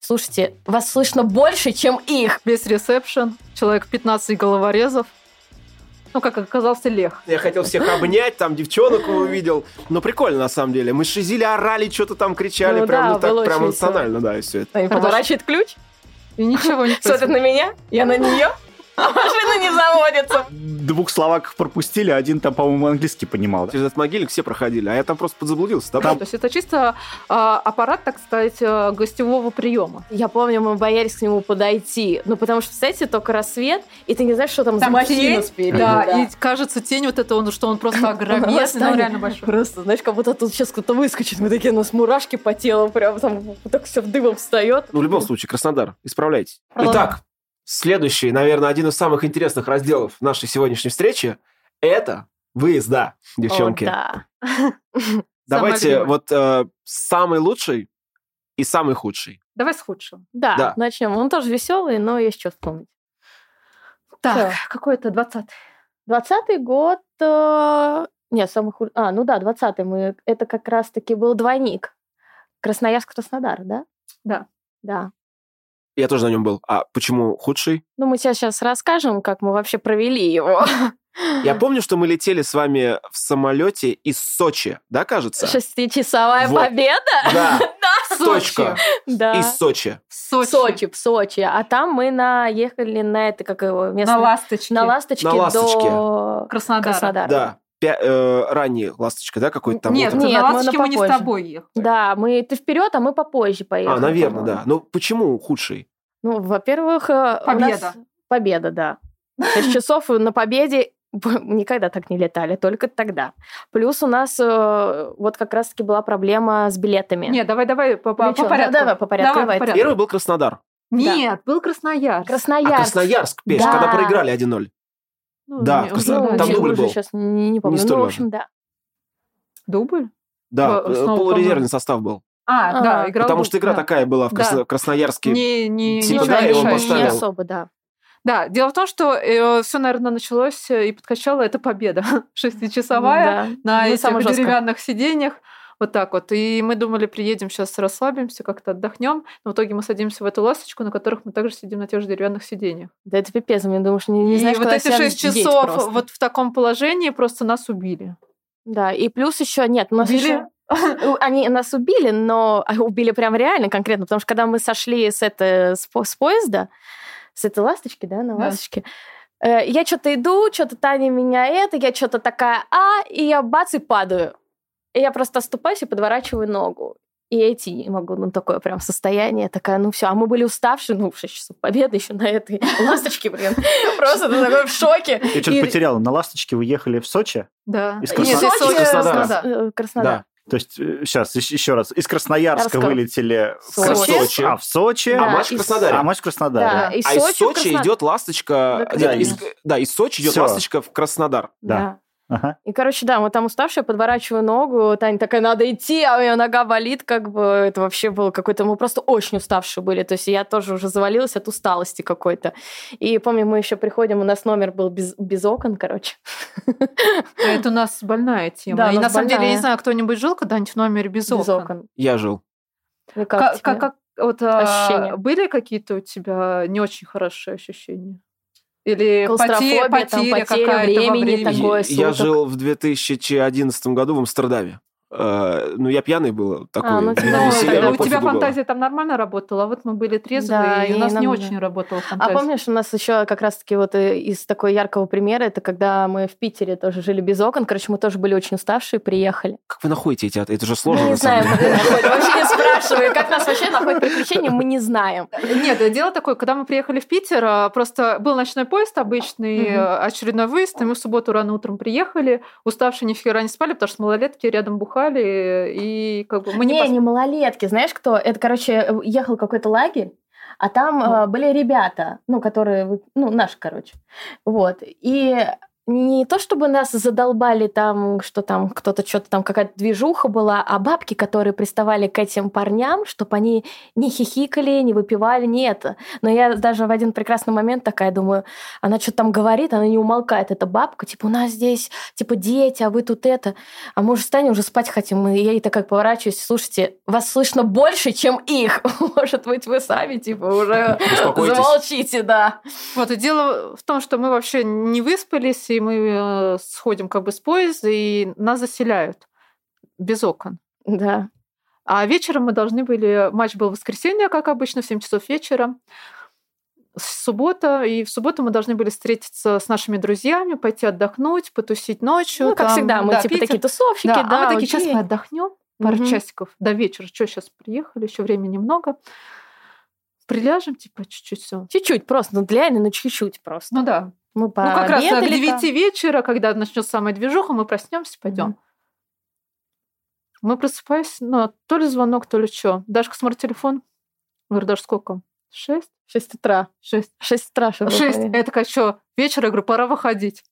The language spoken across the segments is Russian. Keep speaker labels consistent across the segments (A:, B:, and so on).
A: Слушайте, вас слышно больше, чем их.
B: Весь ресепшн, человек 15 головорезов. Ну, как оказался Лех.
C: Я хотел всех обнять, там девчонок увидел. Но прикольно, на самом деле. Мы шизили, орали, что-то там кричали.
A: Ну
C: прям,
A: да,
C: ну, так,
A: было
C: прям
A: очень
C: эмоционально, да, и все это.
A: Они поворачивает ключ,
B: И ничего не
A: смотрит
B: происходит.
A: на меня, я на нее, а машина не заводится.
D: Двух словак пропустили, один там, по-моему, английский понимал.
C: Через этот могильник все проходили, а я там просто подзаблудился. Да,
B: То есть это чисто а, аппарат, так сказать,
A: э,
B: а, гостевого приема.
A: Я помню, мы боялись к нему подойти. Ну, потому что, кстати, только рассвет, и ты не знаешь, что там, за тень.
B: Да,
A: да.
B: и кажется, тень вот эта, он, что он просто огромный,
A: Восстание.
B: ну реально большой.
A: Просто, знаешь, как будто тут сейчас кто-то выскочит. Мы такие, у нас мурашки по телу, прям там так все дымом встает.
C: Ну, в любом случае, Краснодар, исправляйтесь.
B: Ладно.
C: Итак, следующий, наверное, один из самых интересных разделов нашей сегодняшней встречи – это выезда, девчонки.
A: О, да.
C: Давайте
B: любимое.
C: вот э, самый лучший и самый худший.
B: Давай с худшим.
A: Да,
C: Да.
A: начнем. Он тоже веселый, но есть что вспомнить.
B: Так, какой это 20
A: Двадцатый год... э, Нет, самый худший... А, ну да, двадцатый. Мы... Это как раз-таки был двойник. Красноярск-Краснодар, да?
B: Да.
A: Да.
C: Я тоже на нем был. А почему худший?
A: Ну, мы сейчас сейчас расскажем, как мы вообще провели его.
C: Я помню, что мы летели с вами в самолете из Сочи, да, кажется?
A: Шестичасовая
C: Вот.
A: победа?
C: Да,
B: Сочи.
C: точка.
A: Да.
C: Из Сочи.
B: В
A: В
B: Сочи.
A: А, Сочи, в Сочи. А там мы наехали на это, как его место...
B: На ласточке.
A: На ласточке,
C: На Ласточке.
A: до
B: Краснодара.
A: Краснодара.
C: Да. Пя- э, ранний ласточка, да, какой-то там?
B: Нет,
C: вот
A: Нет,
B: на
A: мы на
B: ласточке мы не с
A: попозже.
B: тобой ехали.
A: Да, мы ты вперед, а мы попозже
C: это?
A: поехали.
C: А, наверное,
A: по-моему.
C: да. Ну, почему худший?
A: Ну, во-первых, э, у
B: Победа.
A: нас победа, да. Шесть часов э, на победе б- никогда так не летали, только тогда. Плюс у нас э, вот как раз-таки была проблема с билетами.
B: Нет, давай, давай по, по-
A: Ну
B: по
A: чё,
B: порядку.
A: давай по порядку,
B: Давай по
A: давай.
B: порядку.
C: Первый был Краснодар.
B: Нет, был Красноярск.
A: Красноярск.
C: А Красноярск, Пеш,
A: Да.
C: когда проиграли 1-0.
B: Ну,
C: Да,
B: не-
C: Краснодар.
B: уже
A: Ну,
C: Там
A: я
B: дубль.
C: дубль
A: уже
C: был.
A: сейчас не, не помню.
C: Не столь
A: ну, в
C: важно.
A: общем, да.
B: Дубль?
C: Да,
B: Э,
C: э,
B: снова,
C: полурезервный
B: по-моему.
C: состав был.
B: А,
A: А,
B: да, играл.
C: Потому
B: дубль,
C: что игра
B: да.
C: такая была в Красно-
B: Да.
C: Красноярске.
B: Не, не,
C: Типа,
B: не
C: да,
B: играет
C: его
B: решающая.
A: не
C: поставил.
A: особо, да.
B: Да, дело в том, что все, наверное, началось э, и подкачало это победа шестичасовая
A: Да.
B: на
A: Ну,
B: этих
A: самое жёсткое.
B: деревянных сиденьях. Вот так вот. И мы думали, приедем сейчас, расслабимся, как-то отдохнем. Но в итоге мы садимся в эту ласточку, на которых мы также сидим на тех же деревянных сиденьях.
A: Да это пипец, я думаю, что не, не
B: и
A: знаешь,
B: вот
A: куда
B: эти
A: себя
B: шесть
A: деть
B: часов
A: просто.
B: вот в таком положении просто нас убили.
A: Да, и плюс еще нет, у нас
B: Убили?
A: ещё- Ну, Они нас убили, но а, убили прям реально конкретно, потому что когда мы сошли с, это, с, по- с поезда, с этой ласточки, да, на
B: Да.
A: ласточке, э, я что-то иду, что-то Таня меня это, я что-то такая, а, и я бац и падаю. И я просто оступаюсь и подворачиваю ногу. И идти не могу, ну, такое прям состояние, Я такая, ну, все, а мы были уставшие, ну, в 6 часов победы еще на этой ласточке, блин, просто ты такой в шоке.
D: Я что-то
A: И-
D: потерял. На ласточке вы ехали в Сочи.
B: Да.
D: Из
B: Нет, из
D: Красно-
B: Сочи,
C: из Краснодара.
B: Краснодар.
A: Э, Краснодар.
D: То есть, э, сейчас, еще раз. Из Красноярска
A: Ярского.
D: вылетели в
A: Сочи.
D: Красноярск, А, в Сочи.
C: А
A: Да,
C: матч в
A: и с-
C: Краснодаре.
D: А матч в Краснодаре.
A: Да, из
C: а
A: Сочи в
C: из Сочи
A: Краснодар.
C: идет ласточка.
A: Да,
C: Да, из,
A: конечно.
C: да, из Сочи идет
D: Всё.
C: ласточка в Краснодар.
D: Да.
A: Да.
D: Ага.
A: И, короче, да, мы там уставшие, подворачиваю ногу, Таня такая, надо идти, а у меня нога болит, как бы это вообще было какой-то... Мы просто очень уставшие были, то есть я тоже уже завалилась от усталости какой-то. И помню, мы еще приходим, у нас номер был без, без окон, короче.
B: А Это у нас больная тема.
A: Да, у
B: и
A: нас
B: на самом деле, я не
A: больная.
B: знаю, кто-нибудь жил когда-нибудь в номере без,
A: Без
B: окон?
A: окон.
C: Я жил.
A: Ну, как
B: Как,
A: тебе?
B: как- как- вот, а,
A: Ощущения?
B: были какие-то у тебя не очень хорошие ощущения? Или
A: Клаустрофобия,
B: поте-
A: там,
B: потеря
A: потеря
B: какая-то во
A: времени,
B: времени?
A: там, Такое
C: я
A: суток.
C: жил в 2011 году в Амстердаме. Э, ну, я пьяный был такой.
A: ну, тебя-
C: ну,
B: Ну,
C: веселье,
B: тогда
C: но
B: у
C: пофигу
B: тебя
C: было.
B: фантазия там нормально работала, а вот мы были трезвые,
A: Да,
B: и у
A: и
B: нас не
A: нам-
B: очень работала
A: А
B: фантазия.
A: помнишь, у нас еще как раз-таки вот э, из такого яркого примера, это когда мы в Питере тоже жили без окон, короче, мы тоже были очень уставшие, приехали.
C: Как вы находите эти отели? Это же
A: Мы
C: сложно.
A: не
C: на самом
A: знаем, как
C: деле.
A: мы находим, вообще не спрашиваю, как нас вообще находят приключения, мы не знаем.
B: Нет, дело такое, когда мы приехали в Питер, а, просто был ночной поезд
A: Мгм.
B: обычный, э, очередной выезд, и мы в субботу рано утром приехали, уставшие ни хера не спали, потому что малолетки рядом бухали, и как бы мы не,
A: не,
B: пос-
A: не малолетки, знаешь кто? Это, короче, ехал какой-то лагерь, а там
B: Ну.
A: э, были ребята, ну, которые, вот, ну, наши, короче. Вот. И не то чтобы нас задолбали там, что там кто-то что-то там какая-то движуха была, а бабки, которые приставали к этим парням, чтобы они не хихикали, не выпивали, не это. Но я даже в один прекрасный момент такая думаю, она что-то там говорит, она не умолкает, эта бабка, типа, у нас здесь, типа, дети, а вы тут это, а мы уже встанем, уже спать хотим. И я ей такая поворачиваюсь, слушайте, вас слышно больше, чем их. Может быть, вы сами, типа, уже
C: Успокойтесь.
A: замолчите, да.
B: Вот, и дело в том, что мы вообще не выспались, и мы э, сходим как бы с поезда, и нас заселяют без окон.
A: Да.
B: А вечером мы должны были... Матч был в воскресенье, как обычно, в 7 часов вечера. С- Суббота, и в субботу мы должны были встретиться с нашими друзьями, пойти отдохнуть, потусить ночью.
A: Ну, как
B: там,
A: всегда, мы
B: да,
A: типа
B: Питер.
A: такие тусовщики,
B: Да,
A: да.
B: а мы такие, сейчас
A: окей.
B: мы отдохнем пару
A: Мгм.
B: часиков до вечера. Что, сейчас приехали, еще времени немного. Приляжем, типа, чуть-чуть все.
A: Чуть-чуть просто, ну реально, ну чуть-чуть просто.
B: Ну да.
A: Мы
B: Ну, как раз да, к
A: пообедали
B: 9 вечера, когда начнется самая движуха, мы проснемся, пойдем.
A: Мгм.
B: Мы просыпаемся, но то ли звонок, то ли что. Дашка смарт-телефон. Говорю, Даш, сколько? Шесть?
A: там. 6 утра.
B: Шесть.
A: 6 утра, чтобы вы
B: Шесть.
A: поняли.
B: Я такая, что, вечер? Я говорю, пора выходить.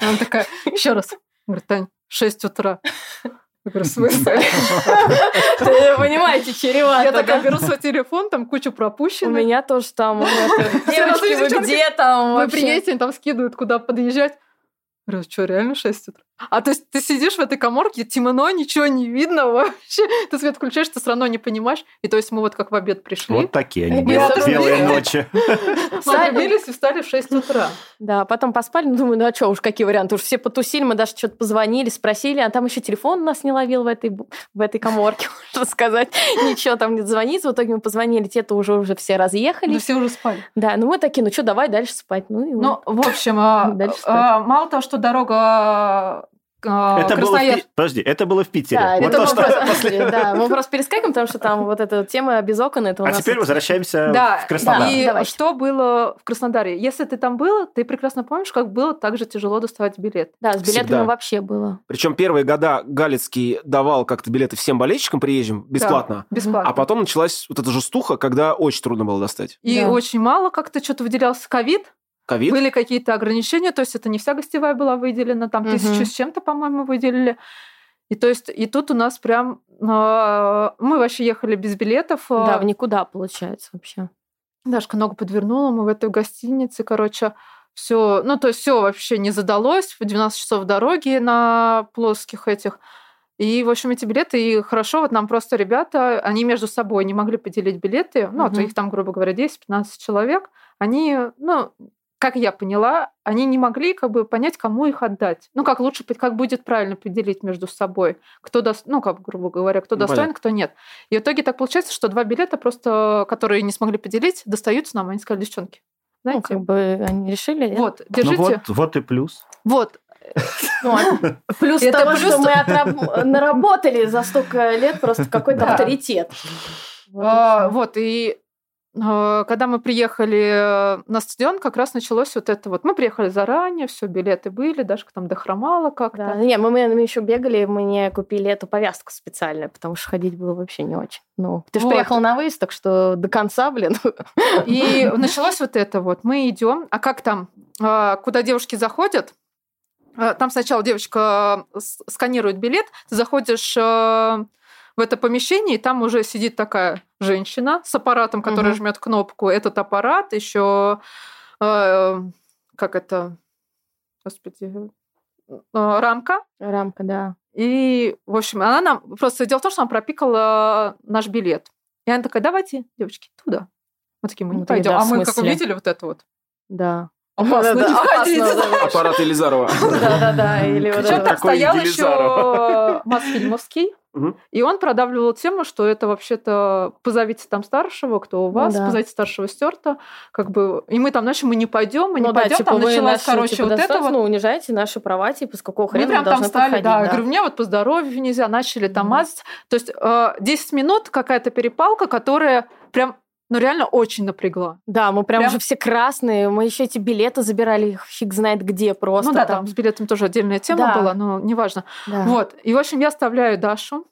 B: И Она такая, еще раз. Говорит, Тань, шесть утра. Я говорю, в смысле?
A: Вы Понимаете, чревато.
B: Я
A: да?
B: такая беру свой телефон, там куча
A: У
B: пропущенных.
A: меня тоже там. у меня тоже.
B: Всё,
A: ну, Девочки, вы
B: девчонки,
A: где там
B: Мы
A: вообще?
B: приедете, Ну, они там скидывают, куда подъезжать. Говорю, что, реально 6 утра? А то есть ты сидишь в этой коморке, темно, ничего не видно вообще. Ты свет включаешь, ты все равно не понимаешь. И то есть мы вот как в обед пришли,
D: Вот такие они
B: Ребята,
D: бел- белые
B: смотрите.
D: ночи.
B: мы
A: Сами.
B: отрубились и встали в 6 утра.
A: Да, потом поспали, ну, думаю, ну а что уж, какие варианты, уж все потусили, мы даже что-то позвонили, спросили, а там еще телефон нас не ловил в этой, бу- в этой коморке, можно сказать, ничего там не звонится, в итоге мы позвонили, те-то уже, уже все
B: Но
A: разъехались,
B: Ну, все уже спали.
A: да, ну мы такие, ну что, давай дальше спать, ну и
B: Ну, в общем, а,
A: Дальше спать.
B: а, мало того, что дорога а,
D: Это было в Пи-
B: Красноярск.
D: Подожди, это было в Питере.
A: Да,
D: Вот
A: это
D: то,
A: мы
D: что-
A: просто- да, мы просто перескакиваем, потому что там вот эта тема без окон, это у
D: А
A: нас...
D: теперь возвращаемся в Краснодар.
B: и
A: Давайте.
B: что было в Краснодаре? Если ты там была, ты прекрасно помнишь, как было так же тяжело доставать билет.
A: Да, с билетами
C: Всегда.
A: вообще было.
C: Причем первые года Галицкий давал как-то билеты всем болельщикам приезжим бесплатно.
B: Бесплатно.
C: А потом началась вот эта жестуха, когда очень трудно было достать.
B: И
A: Да.
B: очень мало как-то что-то выделялся ковид.
C: Ковид.
B: Были какие-то ограничения, то есть это не вся гостевая была выделена, там
A: Мгм.
B: тысячу с чем-то, по-моему, выделили. И то есть и тут у нас прям... э, мы вообще ехали без билетов. э,
A: Да, в никуда получается вообще.
B: Дашка ногу подвернула, мы в этой гостинице, короче, все, ну то есть все вообще не задалось, в 12 часов дороги на плоских этих. И, в общем, эти билеты, и хорошо, вот нам просто ребята, они между собой не могли поделить билеты, ну, а то
A: Мгм.
B: их там, грубо говоря, 10-15 человек, они, ну, как я поняла, они не могли как бы понять, кому их отдать. Ну, как лучше, как будет правильно поделить между собой, кто, дос- ну, как, грубо говоря, кто
C: Ну,
B: достоин,
C: понятно.
B: кто нет. И в итоге так получается, что два билета просто, которые не смогли поделить, достаются нам. Они сказали, девчонки,
A: Ну,
B: знаете,
A: как бы они решили. нет?
B: вот,
D: Ну
B: держите.
D: вот, вот и плюс.
B: вот.
A: Ну, а Плюс
B: Это
A: того,
B: плюс
A: что
B: то-
A: мы отраб- э, наработали за столько лет просто какой-то
B: Да.
A: авторитет. Вот и
B: А,
A: всё.
B: вот, и э, когда мы приехали э, на стадион, как раз началось вот это вот. Мы приехали заранее, все, билеты были, Дашка там дохромала
A: Да.
B: как-то.
A: Не, мы, еще бегали, мы не купили эту повязку специально, потому что ходить было вообще не очень. Ну, ты же
B: Вот.
A: приехал на выезд, так что до конца, блин.
B: И началось вот это вот. Мы идем, а как там, э, куда девушки заходят? Э, Там сначала девочка э, с- сканирует билет, ты заходишь э, в это помещение, и там уже сидит такая женщина с аппаратом, который
A: Мгм.
B: жмет кнопку. Этот аппарат еще э, как это, господи, э, рамка.
A: Рамка, да.
B: И, в общем, она нам просто дело в том, что она пропикала э, наш билет. И она такая, давайте, девочки, туда. Мы такие, мы не
A: Мы такие, да,
B: пойдем. а
A: в
B: мы как
A: смысле?
B: увидели вот это вот.
A: Да.
B: Опасно,
A: Да-да,
B: не ходите.
A: опасно, да.
C: Аппарат Елизарова.
A: Да-да-да, или вот
B: Причем
A: это.
B: там
C: Какой
B: стоял
C: Елизаров.
B: еще Мосфильмовский,
C: Мгм.
B: и он продавливал тему, что это вообще-то позовите там старшего, кто у вас,
A: Ну да.
B: позовите старшего стерта, как бы, и мы там, значит, мы не пойдем, мы не
A: Ну да,
B: пойдем,
A: типа,
B: там
A: вы
B: началась,
A: наши,
B: короче,
A: типа,
B: вот это
A: достоинства,
B: вот.
A: Ну, унижаете наши права, типа, с какого хрена
B: мы
A: вы
B: прям там
A: должны
B: стали,
A: подходить,
B: да.
A: да.
B: Я говорю, мне вот по здоровью нельзя. Начали там
A: Мгм.
B: мазать. То есть э, 10 минут какая-то перепалка, которая прям, ну реально очень напрягла.
A: Да, мы прям,
B: Прям-
A: уже все красные, мы еще эти билеты забирали, их фиг знает где просто.
B: ну да, там. с билетом тоже отдельная тема
A: Да.
B: была, но неважно.
A: Да.
B: Вот. И, в общем, я оставляю Daшу.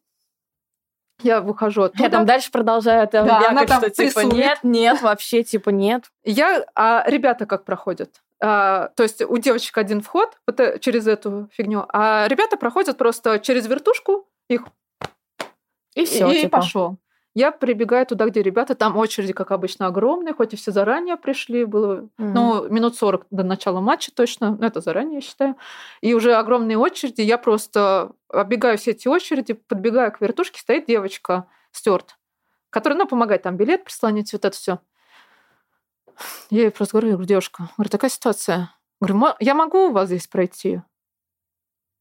B: Я выхожу оттуда.
A: Я там дальше продолжаю там
B: Ну Да,
A: вякать,
B: она там
A: что типа
B: прессует.
A: нет, нет, вообще типа нет.
B: Я, а ребята как проходят? А, то есть у девочек один вход вот, э, через эту фигню, а ребята проходят просто через вертушку, их
A: И все,
B: и
A: типа.
B: пошел. Я прибегаю туда, где ребята, там очереди, как обычно, огромные, хоть и все заранее пришли, было
A: Мгм.
B: ну, минут 40 до начала матча точно, ну, это заранее, я считаю. И уже огромные очереди, я просто оббегаю все эти очереди, подбегаю к вертушке, стоит девочка, Стюарт, которая, ну, помогает там билет прислонить, вот это все. Я ей просто говорю, я говорю, девушка, говорю, такая ситуация. Говорю, «Мо- я могу у вас здесь пройти?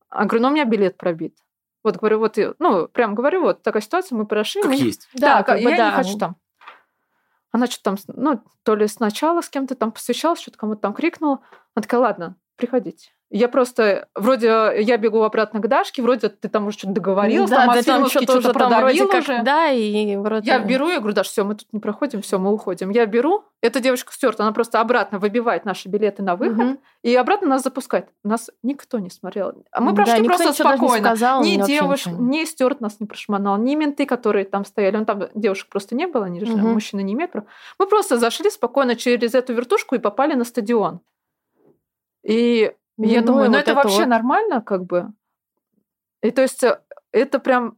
B: А говорю, но у меня билет пробит. Вот говорю, вот, и- ну, прям говорю, вот такая ситуация, мы прошли.
C: Как
B: мы не-
C: есть.
A: да,
B: да,
A: как бы
B: а я
A: да. ну.
B: не хочу там. Она что-то там, с- ну, то ли сначала с кем-то там посвящалась, что-то кому-то там крикнула. Она такая, ладно, приходите. Я просто, вроде я бегу обратно к Дашке, вроде ты там уже что-то договорилась,
A: да,
B: там,
A: да, там
B: Асфиловский
A: что-то
B: что-то
A: уже там вроде
B: продавил
A: как,
B: уже.
A: да, и вроде...
B: Я беру, я говорю, Даш, все, мы тут не проходим, все, мы уходим. Я беру, эта девочка стерта, она просто обратно выбивает наши билеты на выход
A: Мгм.
B: и обратно нас запускает. Нас никто не смотрел. А мы
A: Да,
B: прошли
A: никто
B: просто
A: ничего даже не
B: спокойно.
A: сказал,
B: Ни
A: А, вообще
B: девушек,
A: ничего не-
B: ни Стюарт нас не прошмонал, ни менты, которые там стояли. Он там девушек просто не было, они же
A: Мгм.
B: мужчины не имеют права. Мы просто зашли спокойно через эту вертушку и попали на стадион. И я
A: Ну,
B: думаю, ну
A: вот
B: это вообще
A: вот.
B: нормально, как бы. И то есть э, это прям...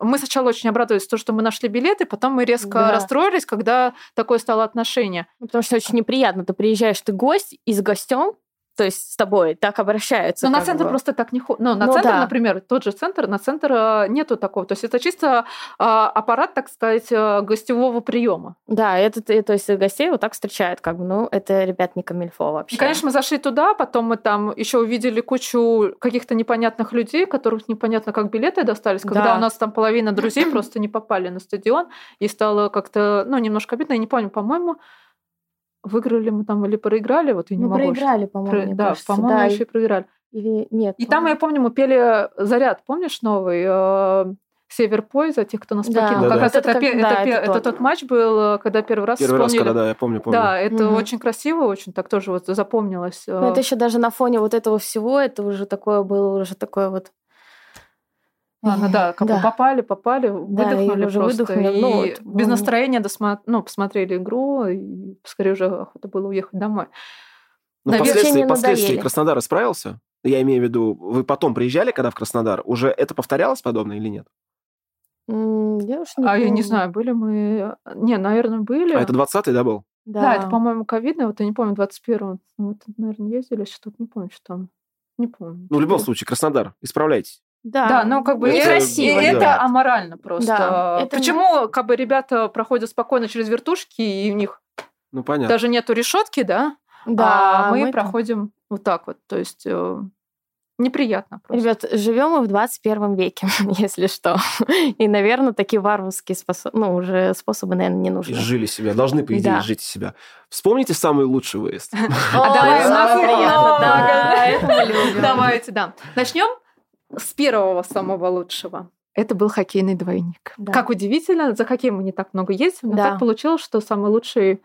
B: Мы сначала очень обрадовались, то, что мы нашли билеты, потом мы резко
A: Да.
B: расстроились, когда такое стало отношение.
A: Ну, Потому что очень неприятно. Ты приезжаешь, ты гость, и с гостем, то есть с тобой, так обращаются.
B: Но Ну, на
A: как
B: центр
A: бы.
B: просто так не ходит. Ну, на
A: Ну
B: центр,
A: да.
B: например, тот же центр, на центр э, нету такого. То есть это чисто э, аппарат, так сказать, э, гостевого приема.
A: Да, это, ты- то есть гостей вот так встречают, как бы, ну, это, ребят, не камильфо вообще.
B: И, конечно, мы зашли туда, потом мы там еще увидели кучу каких-то непонятных людей, которых непонятно, как билеты достались, когда
A: Да.
B: у нас там половина друзей просто не попали на стадион, и стало как-то, ну, немножко обидно, я не помню, по-моему, выиграли мы там или проиграли, вот я не
A: ну,
B: могу.
A: проиграли, по-моему,
B: Про-
A: мне
B: Да,
A: кажется.
B: по-моему,
A: Да,
B: еще и проиграли.
A: или нет.
B: И там, я
A: по-моему.
B: помню, мы пели э, «Заряд», помнишь, новый? э, «Север Пой» за тех, кто нас
A: Да.
B: покинул.
C: Да,
B: как
C: да.
B: раз это,
A: Это
B: пе-
A: как-
B: это
A: да,
B: пе-
A: это
B: это
A: тот.
B: тот матч был, э, когда первый раз
C: Первый раз,
B: вспомнили.
C: когда, да, я помню, помню.
B: Да, это
A: Мгм.
B: очень красиво, очень так тоже вот запомнилось. э.
A: Ну, это еще даже на фоне вот этого всего, это уже такое было, уже такое вот...
B: Ладно, да, как бы попали, попали, выдохнули
A: и уже
B: просто.
A: выдохнули,
B: и
A: ну, вот,
B: без
A: ну.
B: настроения досма- ну, посмотрели игру, и скорее уже охота было уехать домой.
C: Но
B: Наверное,
C: Ну, впоследствии,
A: не
C: впоследствии
A: надоели.
C: Краснодар справился? Я имею в виду, вы потом приезжали, когда в Краснодар? Уже это повторялось подобное или нет?
A: М, Я уж не
B: А я не
A: помню.
B: знаю, были мы... э, Не, наверное, были.
C: А это 20-й, да, был?
A: Да,
B: Да, это, по-моему, ковидное, вот я не помню, 21-го. Ну, Вот, наверное, ездили, что-то не помню, что там. Не помню.
C: Ну, в любом случае, Краснодар, исправляйтесь.
A: Да,
B: Да, ну как бы
C: Ну,
B: и-
A: это
B: и
A: красиво,
B: это
C: да.
B: аморально просто.
A: Да, это
B: Почему как бы ребята проходят спокойно через вертушки, и у них
C: Ну, понятно.
B: даже нету решетки, да?
A: да,
B: а мы,
A: там-
B: проходим вот так вот. То есть э, неприятно просто.
A: Ребят, живем мы в 21 веке, если что. И, наверное, такие варварские способы, ну, уже способы, наверное, не нужны.
C: И Жили себя, должны, по идее,
A: Да.
C: жить себя. Вспомните самый лучший выезд.
A: Ой,
B: А давай
A: ну,
B: нахуй,
A: приятно,
B: много.
A: да, это мы любим.
B: Давайте, да. Начнем с первого самого лучшего. Это был хоккейный двойник.
A: Да.
B: Как удивительно, за хоккей мы не так много ездим, но
A: Да.
B: так получилось, что самый лучший...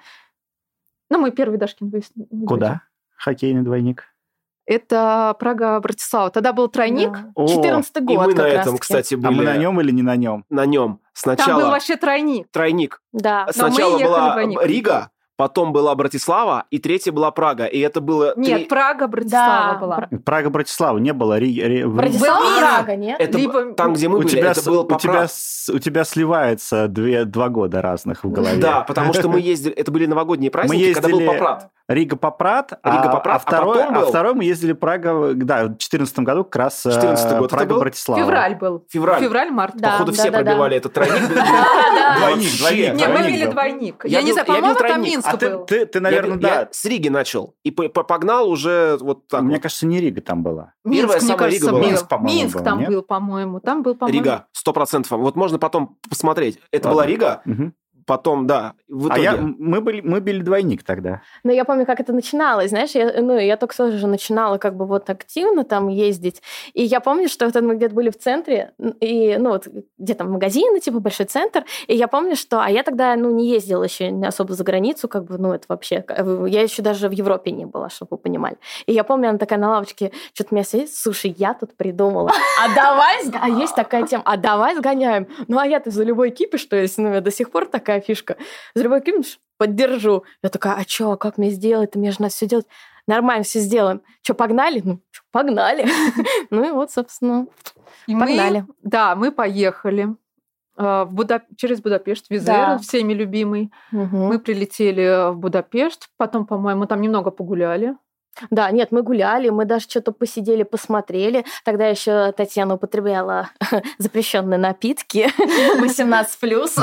B: Ну, мы первый Дашкин выезд не будем.
D: Куда? Хоккейный двойник.
B: Это Прага-Братислава. Тогда был тройник.
A: Да.
D: О,
A: 14
C: И
A: год
C: мы
A: как
C: на этом,
A: раз-таки.
C: кстати,
D: а мы на
C: были.
D: нем или не на нем?
C: На нем.
B: Там был
C: Сначала
B: вообще тройник.
C: тройник.
A: Да.
B: Но мы
C: Сначала
B: ехали
C: была
B: двойник.
C: Рига, потом была Братислава, и третья была Прага. И это было...
B: Нет,
C: три-
B: Прага-Братислава
A: Да,
B: была.
A: Пра-
D: Прага Братислава не было. Ри- Ри- в-
A: Братислава
B: Был
A: Прага, нет?
C: это
B: либо-
C: б- Там, где мы
D: у
C: были,
D: тебя,
C: это
D: с-
C: было
D: у,
C: по
D: тебя, с- у тебя сливается две, два года разных в голове.
C: Да, потому что мы ездили... Это были новогодние праздники, когда был
D: ездили-
C: Попрат.
D: Рига Попрат, а,
C: Рига Попрат,
D: а,
C: а
D: второй,
C: потом
D: а
C: был-
D: второй мы ездили Прага, да, в 2014 году как раз э,
C: 14-й год это
D: Прага
C: был?
D: Братислава.
B: Февраль был.
C: Февраль.
B: Февраль-март.
A: Да,
C: Походу, все
A: да, да.
C: пробивали этот тройник.
D: Двойник,
B: Нет,
D: двойник.
B: мы
D: Тройник
B: били
D: был.
B: двойник.
C: Я
B: Я, не
C: бил-
B: знаю,
C: я бил
B: по-моему, там
C: тройник.
B: Минск
D: А ты,
B: был.
D: ты, ты, наверное,
C: я,
D: да.
C: я с Риги начал и по- по- погнал уже вот так.
D: Мне
C: вот.
D: кажется, не Рига там была.
C: Первая
B: Минск, мне
C: самая Рига
B: кажется,
C: была.
B: был.
D: Минск, по-моему,
B: Минск
D: был,
B: там
D: нет?
B: был, по-моему. Там был, по-моему.
C: Рига, сто процентов. Вот можно потом посмотреть. Это
D: Ладно.
C: была Рига,
D: Мгм.
C: потом, да, в
D: А
C: итоге.
D: я, м- мы, были, мы били двойник тогда.
A: Но я помню, как это начиналось, знаешь, я, ну, я только тоже начинала как бы вот активно там ездить, и я помню, что вот мы где-то были в центре, н- и, ну, вот где там магазины, типа большой центр, и я помню, что, а я тогда, ну, не ездила еще не особо за границу, как бы, ну, это вообще, к- э, я еще даже в Европе не была, чтобы вы понимали. И я помню, она такая на лавочке, что-то меня сидит, слушай, я тут придумала, а давай, сг- а есть такая тема, а давай сгоняем. Ну, а я-то за любой кипиш, то есть, ну, я до сих пор такая такая фишка. Зарубай кинешь? Поддержу. Я такая, а чё, а как мне сделать? Мне же надо все делать. Нормально, все сделаем. Че, погнали? Ну, чё, погнали. Ну и вот, собственно,
B: И мы-
A: погнали.
B: да, мы поехали э, в Буда- через Будапешт, Визер,
A: Да.
B: всеми любимый.
A: Мгм.
B: Мы прилетели в Будапешт, потом, по-моему, там немного погуляли.
A: Да, нет, мы гуляли, мы даже что-то посидели, посмотрели. Тогда еще Татьяна употребляла запрещенные напитки 18 плюс.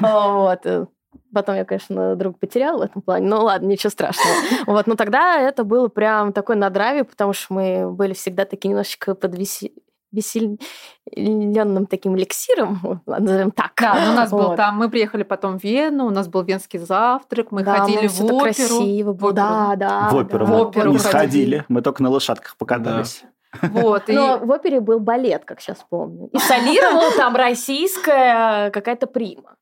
A: Вот. Потом я, конечно, друг потеряла в этом плане. Ну ладно, ничего страшного. Вот, но тогда это было прям такой на драйве, потому что мы были всегда такие немножечко подвеселенным таким эликсиром, вот, назовем так.
B: Да, но у нас был
A: Вот.
B: там, мы приехали потом в Вену, у нас был венский завтрак, мы
A: Да,
B: ходили в
A: всё так
B: оперу.
A: красиво было.
B: оперу.
A: Да, да.
D: В
A: А, да.
D: оперу.
B: В
D: мы
B: оперу
D: не
B: ходили.
D: сходили, мы только на лошадках покатались.
B: Вот, и
A: Но в опере был балет, как сейчас помню. И солировала там российская какая-то прима.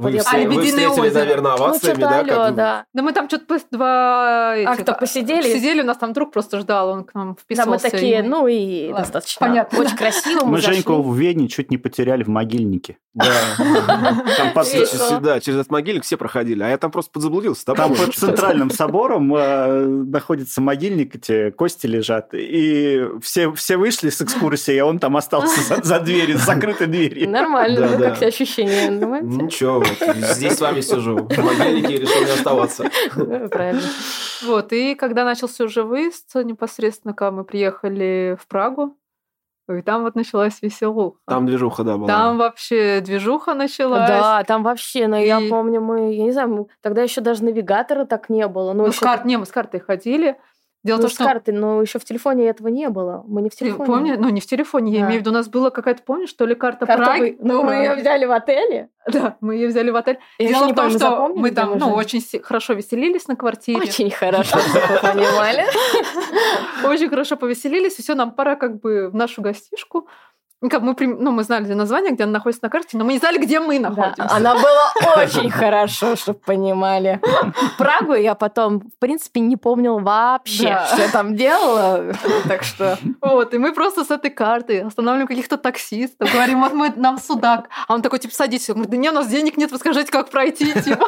C: Вы,
A: я
C: вс-
A: поняла.
C: вы
B: «Лебединое
C: встретили,
B: озеро».
C: наверное, овациями,
A: что-то
C: да?
A: алё,
C: как-
A: Ну, да.
B: Да мы там что-то два этих,
A: Акта посидели.
B: Сидели, у нас там друг просто ждал, он к нам
A: Да,
B: вписался.
A: мы такие,
B: и мы-
A: ну и
B: Ладно,
A: достаточно.
B: понятно.
A: Очень красиво. Мы,
D: Мы
A: зашли.
D: Женьку в Вене чуть не потеряли в могильнике.
C: Да.
D: Там под,
C: Все-
A: Весело.
C: все- да, через этот могильник все проходили, а я там просто подзаблудился.
D: там
C: по-моему,
D: под центральным собором э, находится могильник, где кости лежат. И все, все вышли с экскурсии, а он там остался за, за дверью, с закрытой дверью.
A: Нормально,
C: Да,
A: ну
C: да.
A: как тебе ощущение? Нормально?
C: Ничего, вот, здесь с вами сижу. В могильнике решил не оставаться.
A: Ну, Правильно.
B: Вот, и когда начался уже выезд, э, непосредственно, когда мы приехали в Прагу, и там вот началась веселуха.
C: Там движуха, да, была.
B: Там вообще движуха началась.
A: Да, там вообще, ну я
B: И-
A: помню, мы, я не знаю, мы- тогда еще даже навигатора так не было. Ну,
B: Ну, с
A: ещё-
B: карт... Не, мы с картой ходили. Дело
A: ну,
B: в том,
A: с
B: что...
A: карты, но еще в телефоне этого не было. Мы не в
B: Ты
A: телефоне.
B: помни- Ну, не в телефоне, я
A: Да.
B: имею в виду, у нас была какая-то, помнишь, что ли, карта
A: Карту
B: Праги?
A: вы- Ну, мы ее взяли в отеле.
B: Да, мы ее взяли в отель.
A: Я
B: э,
A: вообще
B: Дело
A: не
B: в том,
A: помню,
B: что
A: запомнили,
B: мы
A: где
B: там,
A: мы
B: ну,
A: жили.
B: очень си- хорошо веселились на квартире.
A: Очень хорошо, вы понимали.
B: Очень хорошо повеселились, и все, нам пора как бы в нашу гостишку. Ну, Как мы, прим- ну, мы знали название, где она находится на карте, но мы не знали, где мы
A: Да,
B: находимся.
A: она была очень хорошо, чтобы понимали. Прагу я потом, в принципе, не помнила вообще,
B: Да.
A: что я там делала. Так что...
B: Вот, и мы просто с этой карты останавливаем каких-то таксистов, говорим, вот мы, нам судак. А он такой, типа, садитесь. Он говорит, да не, у нас денег нет, вы скажите, как пройти, типа.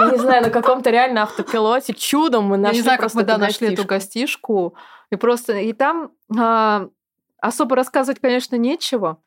A: Я Не знаю, на каком-то реально автопилоте чудом мы
B: Я
A: нашли
B: не знаю, как
A: просто
B: мы, да,
A: эту
B: нашли эту
A: гостишку.
B: гостишку. И просто, и там а, особо рассказывать, конечно, нечего,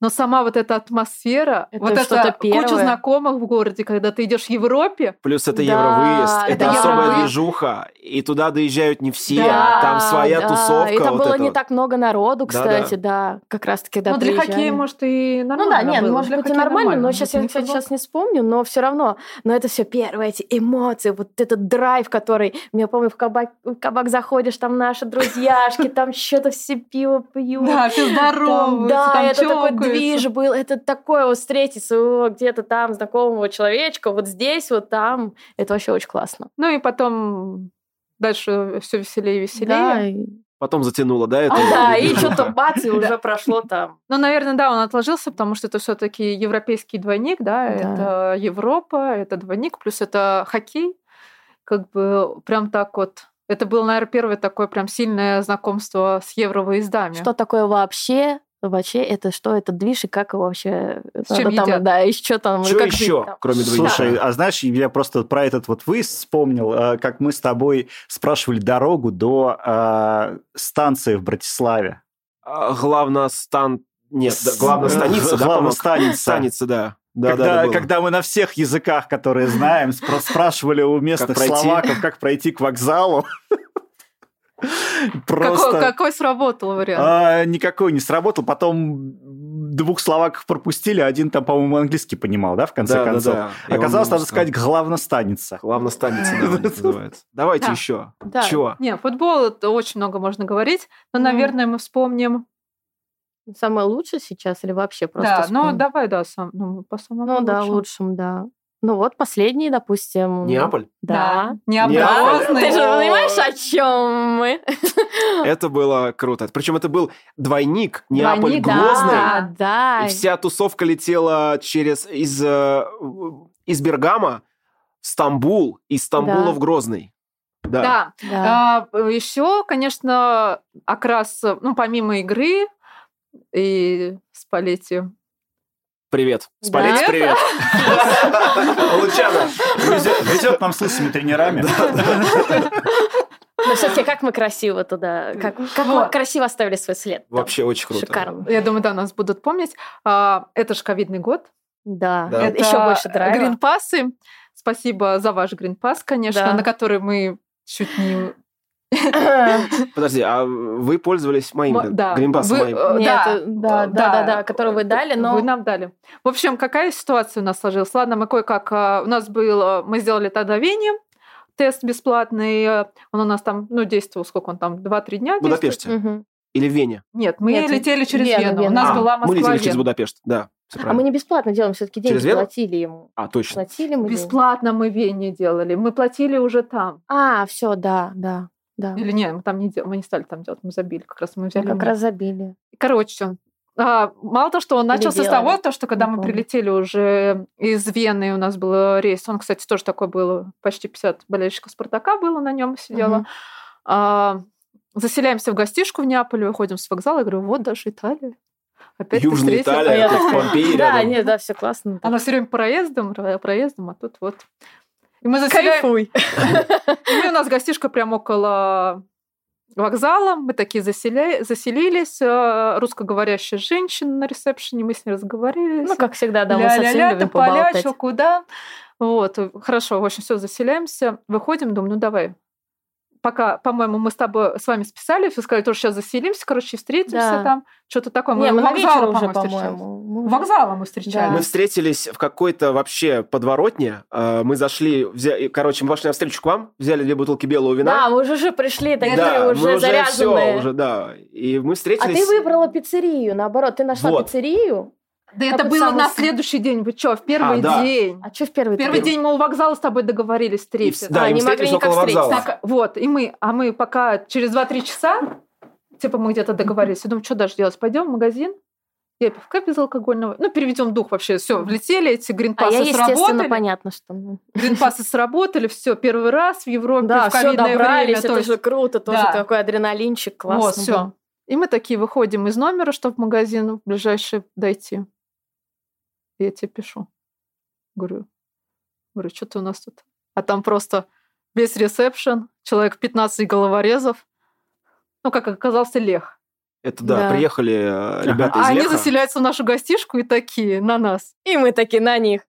B: но сама вот эта атмосфера,
A: Это
B: вот
A: что-то
B: эта куча
A: первое.
B: знакомых в городе, когда ты идешь в Европе,
C: Плюс
A: Да,
C: это евровыезд,
A: это
C: это,
B: Евровыезд.
C: особая движуха, и туда доезжают не все,
A: Да,
C: а там своя
A: да,
C: тусовка.
A: И там
C: вот
A: было
C: это
A: не
C: вот.
A: так много народу,
C: Да,
A: кстати, да. Как раз-таки, да,
B: ну, для
A: приезжали.
B: хоккея, может, и
A: Ну
B: нормально
A: да, нет,
B: было.
A: может
B: Для
A: быть и
B: хоккея
A: нормально, но сейчас
B: Вот
A: я
B: не
A: кстати,
B: футбол.
A: сейчас не вспомню, но все равно. Но это все первые эти эмоции, вот этот драйв, который, я помню, в кабак, в кабак заходишь, там наши друзьяшки, там что-то все пиво пьют.
B: Да, все
A: ну, Там,
B: здороваются,
A: да,
B: там
A: это такой
B: чокаются.
A: движ был, это такое вот встретить своего где-то там знакомого человечка, вот здесь, вот там. Это вообще очень классно.
B: Ну и потом дальше все веселее и веселее.
A: Да, и-
C: Потом затянуло, да, это?
A: да, и
C: движуха?
A: что-то бац, и уже прошло там.
B: Ну, наверное, да, он отложился, потому что это все-таки европейский двойник, да, это Европа, это двойник, плюс это хоккей. Как бы прям так вот. Это было, наверное, первое такое прям сильное знакомство с евровыездами.
A: Что такое вообще? Вообще, это что, это движ, и как его вообще...
B: С
A: надо
B: чем
A: там,
B: едят?
A: Да, и что там... и
C: Чё
A: как
C: еще,
A: жить там.
C: кроме двоих?
D: Слушай, а знаешь, я просто про этот вот выезд вспомнил, э, как мы с тобой спрашивали дорогу до э, станции в Братиславе.
C: А, главная стан... Нет, да,
D: С-
C: главная станица, да,
D: Главная
C: по-моему?
D: станица.
C: Станица, да. Да,
D: когда,
C: да, да, было.
D: когда мы на всех языках, которые знаем, спро- спрашивали у местных
C: пройти?
D: словаков, как пройти к вокзалу.
B: Какой,
D: Просто
B: какой сработал вариант?
D: а, никакой не сработал. Потом двух словаков пропустили, один там, по-моему, английский понимал, да, в
C: Да,
D: конце
C: да,
D: концов.
C: да. Я
D: Оказалось,
C: вам думаю,
D: надо сказать,
C: что-
D: главно станется.
C: Главная станица, да, она называется. Давайте
B: Да.
C: еще.
A: Да.
C: Чего?
B: Не, футбол это очень много можно говорить, но,
A: Ну.
B: наверное, мы вспомним.
A: Самое лучшее сейчас или вообще просто...
B: да, ну
A: вспомнить?
B: давай, да, сам, ну, по самому.
A: Ну да,
B: лучшему.
A: лучшим, да. Ну вот последний, допустим.
C: Неаполь?
A: Да.
B: Необразный.
A: Ты же понимаешь, о чем мы?
C: Это было круто. Причем это был двойник Неаполь-Грозный.
B: Двойник, Грозный.
A: Да, да.
C: И вся тусовка летела через из, э, из Бергама в Стамбул, из Стамбула
A: Да.
C: в Грозный. Да.
B: Да,
A: да.
B: А. еще, э, конечно, э, окрас, ну, помимо игры и спалетти
C: привет. С Полете
A: Да.
C: привет. Лучана.
D: Везет, везет нам с лысыми тренерами.
A: Но все-таки как мы красиво туда, как, как мы
B: Вот.
A: красиво оставили свой след. там.
C: Вообще очень круто.
A: Шикарно.
B: Я думаю, да, нас будут помнить. А, Это же ковидный год.
A: Да.
C: Да.
A: Это еще больше драйва.
B: Гринпассы. Спасибо за ваш гринпас, конечно,
A: Да.
B: на который мы чуть не...
C: Подожди, а вы пользовались моим
B: Мо- да.
C: гринпасом
B: Вы,
C: моим?
B: э,
A: Нет,
B: да,
A: да, да, да, да, который вы дали, но
B: Вы нам дали. В общем, какая ситуация у нас сложилась? Ладно, мы кое-как... а, У нас было... Мы сделали тадовение, тест бесплатный. э, Он у нас там, ну, действовал, сколько он там, 2-3 дня
C: В
B: действует?
C: Будапеште?
A: Мгм.
C: Или в Вене?
B: Нет, мы
A: Нет,
B: летели через
A: Вена,
B: Вену. У
A: Вена.
B: нас
C: А,
B: была Москва
C: Мы летели через
B: Вена.
C: Будапешт, да.
A: а
C: всё
A: мы
C: правильно.
A: не бесплатно делаем, все-таки деньги
C: Через Вену?
A: платили ему.
C: А, точно.
A: Платили мы. деньги.
B: Бесплатно мы Вене делали. Мы платили уже там.
A: А, все, да, да, да.
B: Или нет, мы там не делали, мы не стали там делать, мы забили, как раз мы взяли.
A: Как
B: мир.
A: раз забили.
B: Короче, а, мало того, что он
A: Или
B: начался с
A: делали.
B: того, то, что когда
A: Не
B: мы
A: помню.
B: прилетели уже из Вены, у нас был рейс, он, кстати, тоже такой был, почти 50 болельщиков Спартака было на нем сидело.
A: Мгм.
B: А, заселяемся в гостишку в Неаполе, выходим с вокзала, я говорю, вот даже Италия. Опять ты
C: Южная
B: встретил.
A: А
C: Италия,
A: я
C: тут
A: такая,
C: Помпеи
A: Да,
C: рядом.
A: нет, да, все классно.
B: Она все время проездом, про- проездом, а тут вот. И мы заселяем,
A: Кайфуй.
B: И у нас гостишка прям около вокзала. Мы такие заселя- заселились. э, Русскоговорящая женщина на ресепшене. Мы с ней разговорились.
A: Ну, как всегда, да, мы со всеми
B: Ля-ля-ля,
A: любим
B: тополя,
A: поболтать.
B: чё, куда? Вот, хорошо, в общем, все, заселяемся. Выходим, думаю, ну давай. Пока, по-моему, мы с тобой с вами списали, все сказали, тоже сейчас заселимся, короче, и встретимся
A: Да.
B: там. Что-то такое.
A: Не,
B: у
A: мы на
B: вокзала,
A: вечер уже,
B: встречались.
A: по-моему.
B: У
A: Мы-
B: Вокзала мы встречались.
A: Да.
C: Мы встретились в какой-то вообще подворотне. Э, Мы зашли, взя- и, короче, мы вошли навстречу к вам, взяли две бутылки белого
A: Да,
C: вина.
A: мы уже же пришли, такие
C: Да, мы
A: уже заряженные.
C: всё, уже, да. И мы
A: А ты
C: встретились...
A: выбрала пиццерию, наоборот. Ты нашла
C: Вот.
A: пиццерию?
B: Да это
A: Какой-то
B: было
A: самый
B: на
A: с-
B: следующий день. Вы что, в первый
C: А, да.
B: день?
A: А что в первый,
B: Первый день мы у вокзала с тобой договорились
C: и
B: встретиться.
C: вс- Да,
A: А,
C: и мы
A: не могли
C: встретились
A: никак
C: около
A: встретиться.
C: вокзала.
B: Так, вот, и мы, а мы пока через 2-3 часа, типа мы где-то договорились, я думаю, что даже делать, пойдем в магазин, я пивка безалкогольного, ну, переведем дух вообще, все, влетели, эти
A: А я,
B: гринпассы
A: естественно,
B: сработали,
A: понятно, что... ну,
B: гринпассы сработали, все, первый раз в Европе,
A: Да,
B: в
A: все
B: ковидное
A: добрались,
B: время,
A: это
B: то есть,
A: же круто, тоже
B: Да.
A: такой адреналинчик, классно.
B: вот, все. И мы такие выходим из номера, чтобы в магазин в ближайший дойти. Я тебе пишу. Говорю, говорю, что-то у нас тут. А там просто весь ресепшн, человек 15 головорезов. Ну, как оказался, лех.
C: Это да,
A: Да.
C: приехали э, ребята
B: а
C: из
B: они
C: Леха.
B: заселяются в нашу гостишку и такие, на нас.
A: И мы такие на них.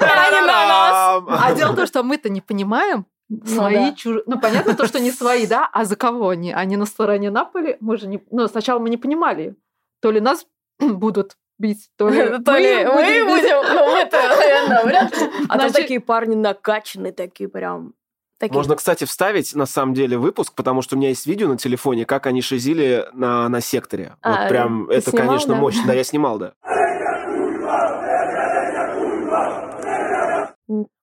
A: Они на нас.
B: А дело в том, что мы-то не понимаем, свои,
A: да.
B: чужие. Ну, понятно то, что не свои, да? А за кого они? Они на стороне Наполи? Мы же не... Ну, сначала мы не понимали, то ли нас будут бить, то ли
A: То ли мы
B: бить.
A: будем, но мы-то, наверное, вряд ли. А там
B: Значит-
A: такие парни накачанные, такие прям... такие.
C: Можно, кстати, вставить на самом деле выпуск, потому что у меня есть видео на телефоне, как они шизили на, на секторе.
A: А,
C: вот прям
A: ты
C: это,
A: снимал,
C: конечно,
A: да?
C: мощно. Да, я снимал, да.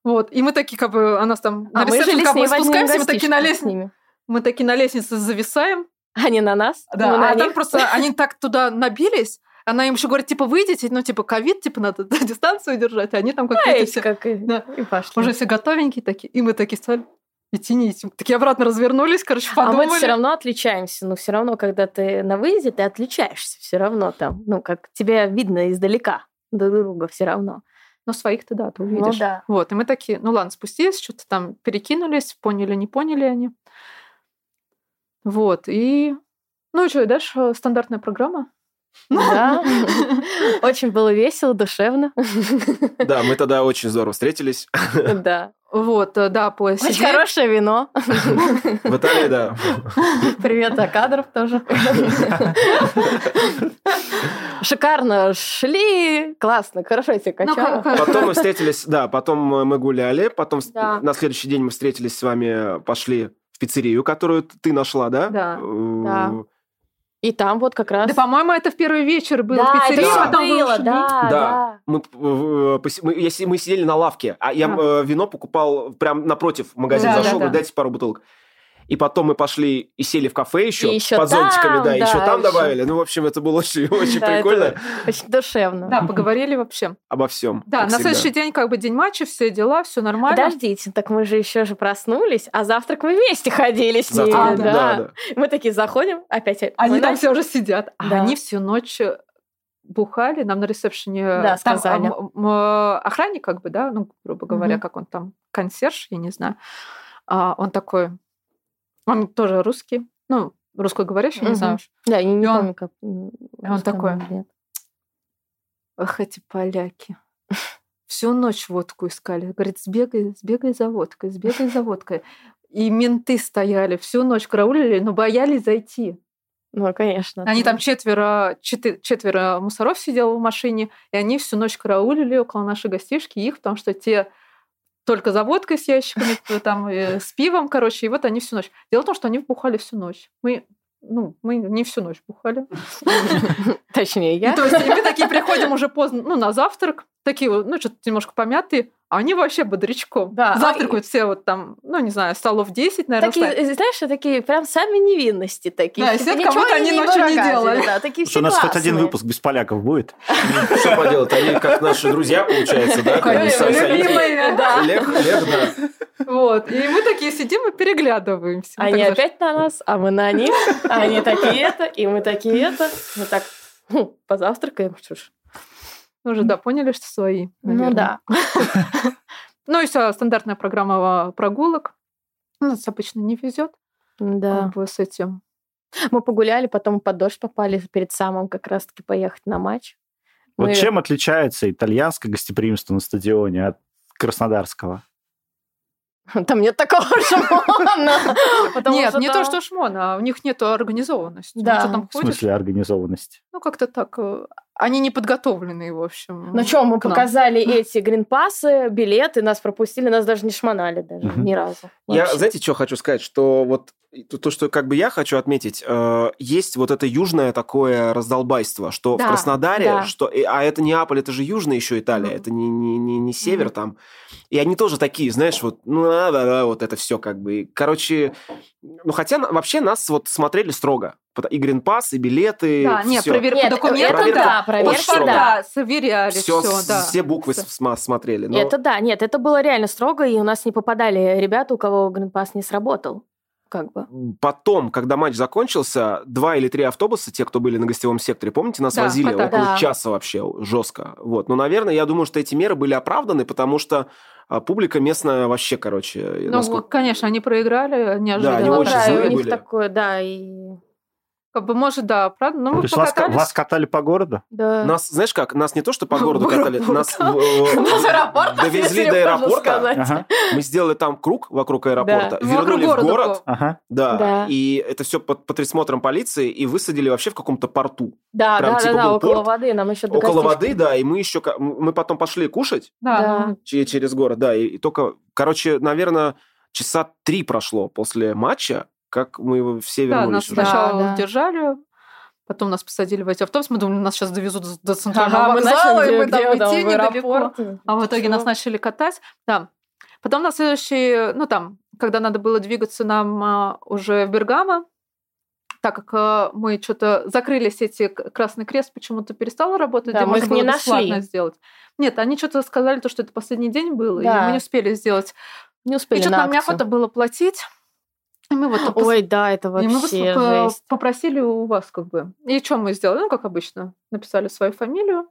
B: Вот. И мы такие, как бы, а нас там
A: А
B: на
A: мы
B: ресепшн,
A: жили с
B: как
A: ней
B: мы
A: в одном
B: спускаемся, мы
A: гостишке
B: такие на
A: с
B: лестнице.
A: ними.
B: Мы такие на лестнице зависаем.
A: Они на нас, мы
B: а
A: на
B: там
A: них.
B: просто они так туда набились. Она им еще говорит, типа, выйдите, ну, типа, ковид, типа, надо дистанцию держать. А они там как-то
A: Эй,
B: эти все
A: как и-
B: Да.
A: и пошли.
B: уже все готовенькие такие. И мы такие стали идти не идти. Такие обратно развернулись, короче,
A: А мы
B: подумали.
A: все равно отличаемся. Ну, все равно, когда ты на выезде, ты отличаешься все равно там. Ну, как тебя видно издалека друг друга все равно.
B: Но своих-то да, ты увидишь.
A: Ну да.
B: Вот, и мы такие, ну ладно, спустились, что-то там перекинулись, поняли, не поняли они. Вот, и... Ну и что, и дальше э, стандартная программа.
A: Да. Очень было весело, душевно.
C: Да, мы тогда очень здорово встретились.
A: Да.
B: Вот, э, да, по
A: Очень
B: сидели.
A: хорошее вино.
C: В Италии, да.
A: Привет, а кадров тоже. Шикарно шли, классно, хорошо я тебя
B: Ну,
A: качала.
B: как-
C: Потом мы встретились, да, потом мы гуляли, потом с-
A: Да.
C: на следующий день мы встретились с вами, пошли в пиццерию, которую ты нашла, да?
B: Да.
C: Э,
A: Да. И там вот как раз...
B: Да, по-моему, это в первый вечер было в
A: Да, это
B: пиццерии,
A: всё
C: да.
B: потом вы
A: было,
B: ушли.
A: да,
C: Да.
A: да.
C: Мы, п- в- поси- мы- если мы сидели на лавке, а я э, вино покупал прям напротив в магазин
B: Да, да,
C: зашел,
B: да.
C: говорю, дайте пару бутылок. И потом мы пошли и сели в кафе еще,
A: И ещё
C: под
A: там,
C: зонтиками, да,
A: да,
C: еще там
A: ещё.
C: добавили. Ну, в общем, это было очень, очень
A: Да, это
C: прикольно
A: Очень душевно.
B: Да, поговорили вообще.
C: обо всем.
B: Да, на следующий день как бы день матча, все дела, все нормально.
A: Подождите, так мы же еще же проснулись, а завтрак мы вместе ходили с ней.
C: Завтра,
B: А,
C: да, да.
A: Мы такие заходим, опять
B: Они
A: мы
B: там
A: на-
B: все уже сидят, а
A: Да.
B: они всю ночь э, бухали, нам на ресепшене
A: Да,
B: там,
A: сказали.
B: а, м- м- охранник, как бы, да, ну, грубо говоря,
A: Мгм.
B: как он там, консьерж, я не знаю. А, он такой, он тоже русский, ну, русскоговорящий, не
A: Мгм.
B: знаю. уж.
A: Да, я не
B: И он-
A: помню, как... Он
B: такой, Ах, эти поляки. Всю ночь водку искали. Говорит, сбегай, сбегай за водкой, сбегай за водкой. И менты стояли, всю ночь караулили, но боялись зайти.
A: Ну, конечно.
B: Они там четверо, четы- четверо мусоров сидело в машине, и они всю ночь караулили около нашей гостишки их, потому что те только за водкой с ящиками, то там, э, с пивом, короче, и вот они всю ночь. Дело в том, что они бухали всю ночь. Мы, ну, мы не всю ночь бухали.
A: Точнее, я.
B: И то есть и мы такие приходим уже поздно, ну, на завтрак, такие, вот, ну, что-то немножко помятые, а они вообще бодрячком.
A: Да, а
B: Завтракают все вот там, ну, не знаю, столов 10, наверное,
A: Такие, э, знаешь, такие прям сами невинности такие.
B: Да,
A: типа,
B: сидят, как
A: ничего
B: будто они ночью не
A: прогадили,
B: делали.
A: Да, такие
D: Что
A: все
D: у нас хоть один
A: классные.
D: выпуск без поляков будет?
C: Что поделать, они как наши друзья, получается, да? как бы
B: Конечно,
C: со- союзники.
B: любимые, да.
C: Лех, Лех, да.
B: Вот. И мы такие сидим и переглядываемся. Мы
A: э, Они
B: так, знаешь,
A: опять на нас, а мы на них. А Они такие это, и мы такие это. Мы так хм, позавтракаем. Что ж.
B: уже, да, поняли, что свои.
A: Ну
B: наверное.
A: да.
B: Ну и вся стандартная программа а, прогулок. Ну, Нас обычно не везет
A: Да.
B: с этим.
A: Мы погуляли, потом под дождь попали перед самым как раз-таки поехать на матч.
D: Вот
A: Мы-
D: чем отличается итальянское гостеприимство на стадионе от краснодарского?
A: Там нет такого шумона. потому
B: нет,
A: что
B: не
A: там-
B: то, что шмон, а у них нет организованности. Ну,
A: Да.
B: что там
D: В
B: ходишь?
D: смысле организованности?
B: Ну, как-то так. э, Они не подготовленные, в общем.
A: Ну что, мы
B: к нам.
A: показали эти гринпасы, билеты, нас пропустили, нас даже не шмонали даже
D: Мгм.
A: ни разу.
C: Я,
A: Вообще.
C: знаете, что хочу сказать? Что вот то- то, что как бы я хочу отметить, э, есть вот это южное такое раздолбайство, что
A: Да,
C: в Краснодаре,
A: да.
C: что, и- а это Неаполь, это же южная еще Италия,
B: Мгм.
C: это не, не, не, не север
B: Мгм.
C: там. И они тоже такие, знаешь, вот, ну, да, да, да, вот это все как бы. И, Короче, ну, хотя на- вообще нас вот смотрели строго. Пот- И гринпас, и билеты,
B: Да, нет,
C: Э, всё.
B: проверка
A: Нет,
B: документов,
C: это
B: да.
A: да, проверка,
B: паспорта
A: да.
B: Проверяли все,
C: Всё, с-
B: да.
C: все буквы
B: Всё.
C: сма- смотрели. но-
A: Это да, нет, это было реально строго, и у нас не попадали ребята, у кого гринпас не сработал. Как бы.
C: Потом, когда матч закончился, два или три автобуса, те, кто были на гостевом секторе, помните, нас
B: Да,
C: возили
B: хватало.
C: около
A: Да.
C: часа вообще жестко. Вот. Но, наверное, я думаю, что эти меры были оправданы, потому что а, публика местная вообще, короче,
B: Ну,
C: насколько-
B: конечно, они проиграли неожиданно.
C: они
A: Ну, да,
C: очень
B: так.
A: и
C: злые
A: у них
C: были.
A: такое, да, и...
B: Как бы, может, да, правда. Но мы
D: То есть вас, ка-
B: Ну, покатались.
D: вас катали по городу?
A: Да.
C: Нас, знаешь как, нас не то, что по городу катали,
B: Бурбурка.
C: нас э,
A: Нас в аэропорт отвезли,
C: довезли до
A: можно
C: аэропорта,
A: сказать.
D: Ага,
C: мы сделали там круг вокруг аэропорта,
B: Ну, вокруг
C: вернули в
B: города
C: город,
B: было.
D: ага.
C: да,
A: Да.
C: и это все под, под присмотром полиции, и высадили вообще в каком-то порту.
A: Да,
C: Прям
A: да,
C: типа
A: да, да,
C: был
A: около
C: порт.
A: воды, нам еще до
C: Около
A: гостишки.
C: воды, да, и мы еще, ка- мы потом пошли кушать,
A: Да.
B: Да, ну,
C: Че- через город, да. И, и только, короче, наверное, часа три прошло после матча, как мы его все
B: Да,
C: вернулись
B: нас
C: уже.
A: да.
B: сначала
A: да.
B: держали, потом нас посадили в эти автобус. Мы думали, нас сейчас довезут до центрального
A: Ага, мы
B: вокзала,
A: начали,
B: и мы
A: где там,
B: там идти
A: в
B: недалеко.
A: аэропорт.
B: А в итоге
A: Чего?
B: нас начали катать. Да. Потом на следующий, ну там, когда надо было двигаться нам а, уже в Бергамо, так как а, мы что-то закрылись, эти к- Красный Крест почему-то перестал работать,
A: Да,
B: где
A: мы
B: можно
A: их не
B: было бесплатно
A: нашли.
B: сделать. Нет, они что-то сказали, то, что это последний день был, и
A: Да.
B: мы не успели сделать.
A: Не
B: И
A: успели
B: что-то
A: на
B: нам
A: акцию.
B: неохота было платить. И мы вот пос-
A: Ой, да, это
B: и
A: вообще
B: мы выступ- э,
A: жесть.
B: попросили у вас как бы. И что мы сделали? Ну, как обычно, написали свою фамилию.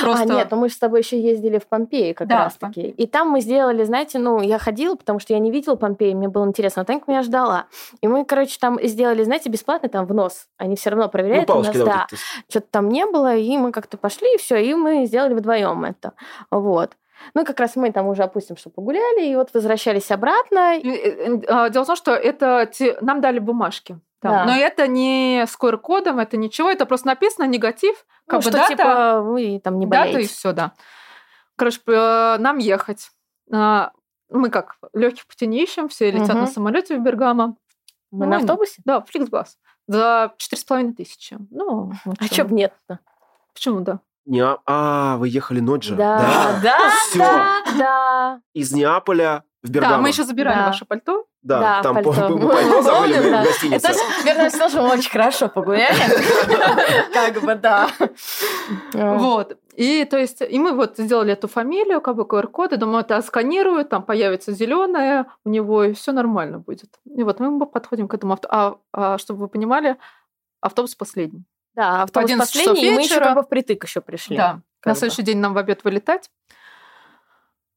B: Просто...
A: А, нет, ну мы же с тобой еще ездили в Помпеи как
B: Да,
A: раз таки. И там мы сделали, знаете, ну, я ходила, потому что я не видела Помпеи, мне было интересно, а Танька меня ждала. И мы, короче, там сделали, знаете, бесплатно там в нос. Они все равно
C: Ну,
A: проверяют у нас,
C: палочки, да, вот
A: да.
C: эти.
A: Что-то там не было, и мы как-то пошли, и все, и мы сделали вдвоем это. Вот. Ну, и как раз мы там уже, опустим, что погуляли, и вот возвращались обратно.
B: Э, э, э, Дело в том, что это те- нам дали бумажки. там.
A: Да.
B: Но это не с QR-кодом, это ничего, это просто написано негатив,
A: Ну,
B: как бы
A: что,
B: дата,
A: типа, вы там не
B: дата и
A: болеете.
B: все, да. Короче, э, нам ехать. А, Мы как легких путей не ищем, все летят
A: Мгм.
B: на самолете в Бергамо.
A: Мы на
B: Ой,
A: автобусе?
B: Да, Фликсбас. За четыре с половиной тысячи. Ну, в
A: А
B: общем,
A: чё бы нет-то?
B: Почему, да?
C: Неа- А, вы ехали ночь же.
A: Да, да,
C: Всё.
A: да, да.
C: Из Неаполя в Бергамо.
B: Да, мы еще забирали
A: Да.
B: ваше пальто.
C: Да,
A: Да,
C: там
A: пальто.
C: по- мы
A: Мы
C: пальто забыли
A: помним,
C: в
A: да.
C: гостинице.
A: Это, вернулись тоже мы очень хорошо погуляли. Как бы, да. Э,
B: Вот. И то есть, и мы вот сделали эту фамилию, как бы QR-код, и думаю, это отсканируют, там появится зеленое у него, и все нормально будет. И вот мы подходим к этому авто. А, а, чтобы вы понимали, автобус последний.
A: Да, автобус
B: 11 часов
A: последний, и мы еще
B: вечера.
A: как бы впритык еще пришли.
B: Да,
A: как
B: на
A: бы.
B: следующий день нам в обед вылетать.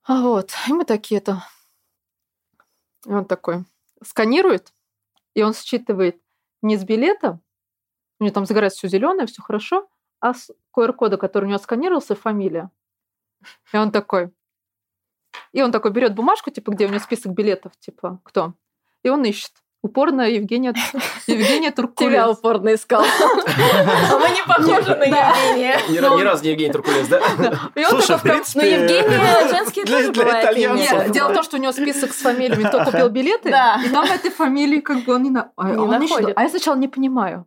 B: А Вот, и мы такие-то. И он такой сканирует, и он считывает не с билета, у него там загорается все зеленое, все хорошо, а с QR-кода, который у него сканировался, фамилия. И он такой. И он такой берет бумажку, типа, где у него список билетов, типа, кто. И он ищет. Упорно Евгения, Евгения Туркулец.
A: Тебя упорно искал. А мы не похожи на
B: Да.
A: Евгения.
C: Ни
B: Ну,
C: ра- ни разу не Евгений Туркулес, да?
B: И он такой
D: Слушай, в
B: в
A: Ну,
D: принципе...
A: Евгения женские
D: Для-
A: тоже
D: для
A: бывает.
D: итальянцев.
A: имя.
B: Нет, дело в том, что у него список с фамилиями, кто купил билеты,
A: Да.
B: и там этой фамилии как бы он не, на... а,
A: Не
B: он ищет.
A: находит.
B: А я сначала не понимаю.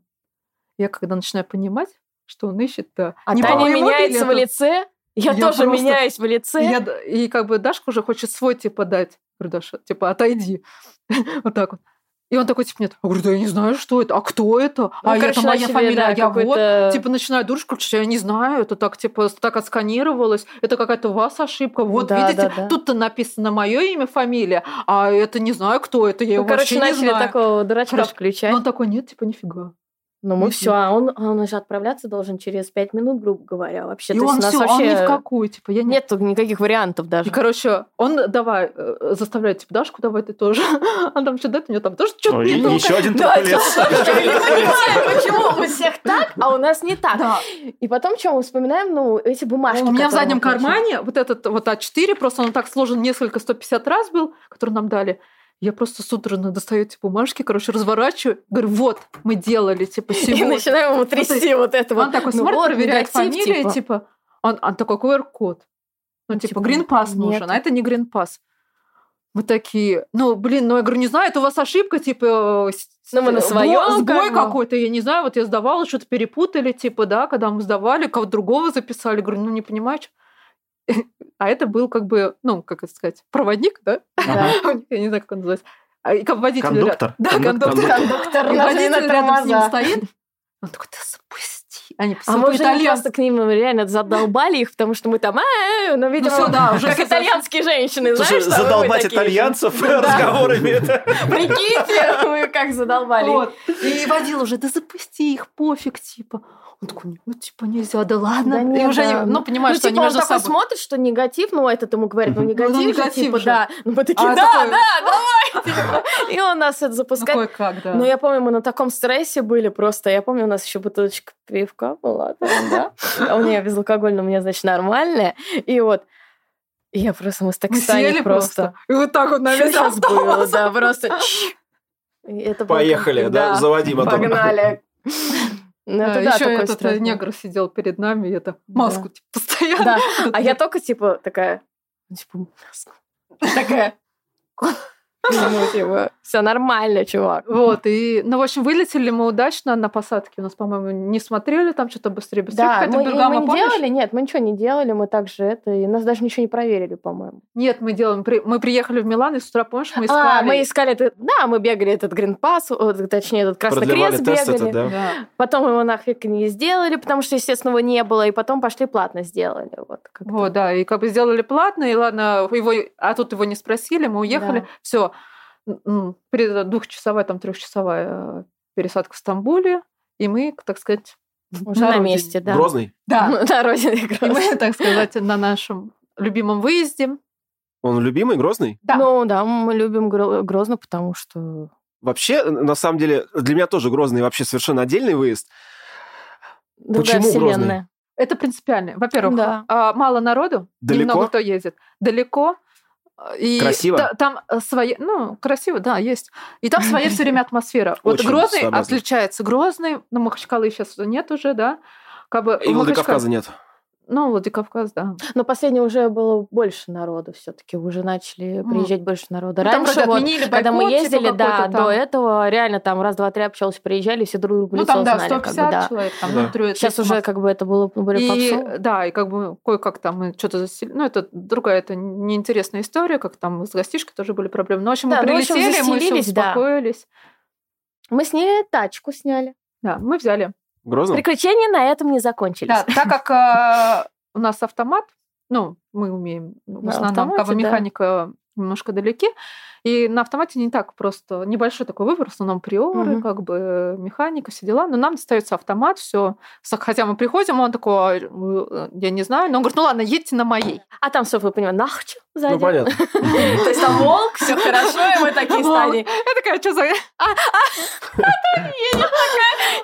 B: Я когда начинаю понимать, что он ищет, то
A: А
B: не по
A: Таня
B: моему
A: меняется в
B: билету.
A: лице. Я
B: Я
A: тоже
B: просто-
A: меняюсь в лице.
B: И, я д- и как бы Дашка уже хочет свой типа дать. Говорю, Даша, типа, отойди. вот так вот. И он такой, типа, нет. Я говорю, да я не знаю, что это, а кто это?
A: Ну,
B: а я
A: короче,
B: там, а я
A: себе,
B: фамилия,
A: да,
B: а я вот.
A: какой-то-
B: Типа начинаю дурь включать, я не знаю, это так, типа, так отсканировалось, это какая-то у вас ошибка. Вот,
A: Да,
B: видите,
A: да, да.
B: тут-то написано мое имя, фамилия, а это не знаю, кто это, я
A: Ну,
B: его
A: короче,
B: вообще не
A: начали
B: знаю.
A: такого дурачка
B: Короче,
A: включать.
B: Но он такой, нет, типа, нифига.
A: Ну, мы
B: Мгм.
A: все, а он, а он же отправляться должен через пять минут, грубо говоря, вообще.
B: и
A: То есть
B: он
A: у нас
B: все,
A: вообще
B: он ни в какую, типа, я не
A: нет тут никаких вариантов
B: И,
A: даже.
B: короче, он давай, э, заставляет, типа, Дашку, давай ты тоже. Она там что-то, у нее там тоже что-то
D: Ой,
B: не то.
D: Еще один
A: Да,
D: Туркулес.
A: Я не понимаю, почему у всех так, а у нас не так.
B: Да.
A: И потом, что мы вспоминаем, ну, эти бумажки.
B: У меня в
A: которые
B: заднем
A: мы получили.
B: кармане вот этот вот А4, просто он так сложен несколько 150 раз был, который нам дали. Я просто судорожно достаю эти бумажки, короче, разворачиваю, говорю, вот, мы делали, типа,
A: И
B: сегодня.
A: начинаем ему трясти вот это вот.
B: Он такой
A: Ну,
B: смотрит,
A: вот
B: проверяет
A: негатив,
B: фамилию,
A: типа.
B: типа, он, он такой QR-код. Ну,
A: Ну,
B: типа,
A: типа,
B: Green Pass
A: нет.
B: нужен, а это не Green Pass. Мы такие, ну, блин, ну, я говорю, не знаю, это у вас ошибка, типа, э, с-
A: Ну, мы на
B: сбой-
A: своём,
B: сбой
A: как бы.
B: какой-то, я не знаю, вот я сдавала, что-то перепутали, типа, да, когда мы сдавали, кого-то другого записали, говорю, ну, не понимаю, чё». А это был как бы, ну, как это сказать, проводник, да?
A: Да.
B: Я не знаю, как он называется. А, И как водитель. ря-
D: Кондуктор?
B: Да,
D: Кондуктор.
B: кондуктор.
A: Кондуктор
B: И
A: нажми на
B: водитель рядом с ним
A: тормоза.
B: стоит. Он такой, да запусти. Они
A: А
B: писали
A: мы уже не
B: по-итальянски.
A: просто к ним а реально задолбали их, потому что мы там, «Э, э, э», ну, видимо,
B: всё, да, уже
A: как
B: всё
A: итальянские женщины,
D: Слушай,
A: знаешь, что вы
D: задолбать
A: такие же.
D: итальянцев
A: Да.
D: разговорами. это-
A: Прикиньте, мы как задолбали.
B: Вот. И водил уже, да запусти их, пофиг, типа. Он такой, ну, типа, нельзя, да ладно.
A: Да
B: И
A: нет,
B: уже,
A: да.
B: они, ну, понимаешь,
A: ну,
B: что
A: типа,
B: они
A: он
B: между
A: такой
B: собой.
A: смотрит, что негатив, ну, этот ему говорит, ну,
D: Мгм.
A: негатив,
B: Ну,
A: же,
B: негатив
A: типа,
B: же.
A: да. Ну, мы такие,
B: А
A: да,
B: такой-
A: да, давай, типа. И он нас это
B: Ну,
A: запускает.
B: кое-как, да.
A: Ну, я помню, мы на таком стрессе были просто. Я помню, у нас еще бутылочка пивка была там, да? А у меня безалкогольная, у меня, значит, нормальная. И вот, и я просто, мы с
B: Мы
A: таксани
B: сели
A: просто.
B: просто. И вот так вот на весь
A: Сейчас было,
B: автобус.
A: да, просто. чш. И это было
C: Поехали,
A: как-
C: да, заводи а потом.
A: Погнали. Ну, это да,
B: еще
A: такой
B: этот э,
A: страшный.
B: негр сидел перед нами, и я так маску типа, постоянно.
A: Да. А я только, типа, такая... ну, Типа, «Маску». Такая... Ну, типа, все нормально, чувак.
B: Вот, и, ну, в общем, вылетели мы удачно на посадке. У нас, по-моему, не смотрели там что-то быстрее, быстрее.
A: Да,
B: Какая-то
A: мы, и
B: Бергама,
A: мы не
B: помнишь?
A: делали, нет, мы ничего не делали, мы также это, и нас даже ничего не проверили, по-моему.
B: Нет, мы делаем. при- Мы приехали в Милан, и с утра, помнишь, мы искали.
A: А, мы искали этот, да, мы бегали этот гринпас, точнее, этот Красный
C: Продлевали
A: Крест
C: тест
A: бегали.
C: этот, да?
B: Да.
A: Потом его нафиг не сделали, потому что, естественно, его не было, и потом пошли платно сделали. Вот, как-то.
B: Вот, да, и как бы сделали платно, и ладно, его, а тут его не спросили, мы уехали,
A: Да.
B: все. Двухчасовая, там, трехчасовая э, пересадка в Стамбуле, и мы, так сказать,
A: Уже на
B: родине.
A: месте, да.
C: Грозный?
B: Да,
A: На родине
B: и
A: Грозного.
B: мы, так сказать, на нашем любимом выезде.
C: Он любимый, Грозный?
B: Да.
A: Ну да, мы любим Гро- Грозно, потому что...
C: Вообще, на самом деле, для меня тоже Грозный вообще совершенно отдельный выезд.
A: Другая
C: Почему Грозный?
A: вселенная.
B: Это принципиально. Во-первых,
A: Да.
B: а, мало народу,
C: Далеко?
B: немного кто ездит. Далеко. а, И
C: Красиво?
B: та- там э, своя, ну, красиво, да, есть. И там своя все время атмосфера. Вот
C: Очень
B: Грозный
C: сообразно.
B: отличается. Грозный, ну, Махачкалы сейчас нет уже, да. Как бы
C: И
B: в
C: Владикавказа нет.
B: Ну, Владикавказ, да.
A: Но последнее уже было больше народу все-таки, уже начали
B: М.
A: приезжать больше народа.
B: Ну, там
A: Раньше
B: вроде
A: вот,
B: отменили
A: когда мы
B: бойкот, типа,
A: ездили, да,
B: какой-то там.
A: до этого реально там раз, два, три общалось, приезжали, все друг друга
B: Ну,
A: лицо
B: там, да,
A: знали,
B: 150
A: как бы, да.
B: человек. Там,
C: Да.
B: ну, трё-
A: Сейчас
B: 300
A: уже
B: максимум.
A: как бы это было ну, более попсово.
B: И, да, и как бы кое-как там мы что-то засели. Ну, это другая, это неинтересная история, как там с гостишкой тоже были проблемы. Но, в общем,
A: Да,
B: мы
A: ну, в общем,
B: прилетели, мы все
A: заселились, да.
B: успокоились.
A: Мы с ней тачку сняли.
B: Да. мы взяли.
C: В Грозном?
A: Приключения на этом не закончились.
B: Да, так как э, у нас автомат, ну, мы умеем в
A: На
B: основном, как
A: автомате,
B: бы
A: да.
B: механика немножко далеки. И на автомате не так просто. Небольшой такой выбор, в основном приоры,
A: Мгм.
B: как бы механика, все дела. Но нам достается автомат, все. Хотя мы приходим, он такой, «Ай, э, я не знаю. Но он говорит, ну ладно, едьте на моей.
A: А там, чтобы вы понимали, нахуй сзади.
C: Ну, понятно.
A: То есть там волк, все хорошо, и мы такие
B: Волк.
A: стали.
B: Я такая, что за...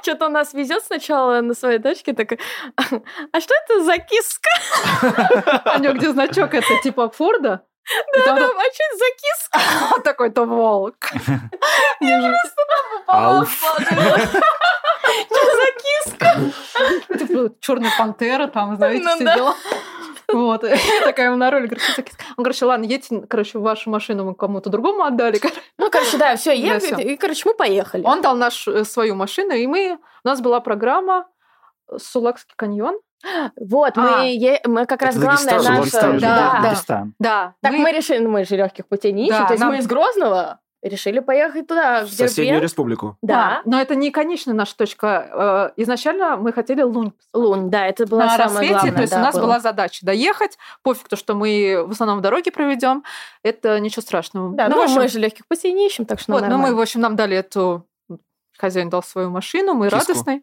A: Что-то нас везет сначала на своей дочке, такая, а что это за киска?
B: У него где значок, это типа Форда? И там
A: Там, а что это за киска?
B: «А, такой-то волк. Мне же-
D: Ауф.
B: Ну,
A: Что за киска?
B: типа черная пантера, там, знаете,
A: Ну
B: все
A: да.
B: дела. Вот, И я такая ему на роли, говорю, что за киска? Он, короче, ладно, едьте, короче, вашу машину мы кому-то другому отдали. короче.
A: Ну, короче, да, все,
B: всё.
A: и, короче, мы поехали.
B: Он дал нашу, э, свою машину, и мы, у нас была программа Сулакский каньон.
A: Вот,
B: А.
A: мы, е- мы как
C: Это
A: раз главное
C: Дагестан,
A: наше...
C: Дагестан же,
B: да.
A: да.
D: Дагестан.
B: Да.
A: Так мы, решили, ну, мы же легких путей не ищем,
B: Да,
A: то есть
B: нам-
A: мы из Грозного решили поехать туда, в
C: В соседнюю
A: Дербент.
C: республику.
A: Да,
B: но это не конечная наша точка. Э, Изначально мы хотели Лунь
A: Лун, да, это была
B: на
A: самая
B: Ну, а рассвете.
A: главная,
B: то есть
A: да,
B: у нас
A: была.
B: была задача доехать. Пофиг то, что мы в основном в дороге проведем. Это ничего страшного.
A: Да,
B: в
A: ну,
B: общем,
A: мы же легких путей не ищем, так что
B: вот,
A: нам
B: ну, мы, в
A: нормально.
B: общем, нам дали эту... Хозяин дал свою машину, мы
C: Киску.
B: радостные.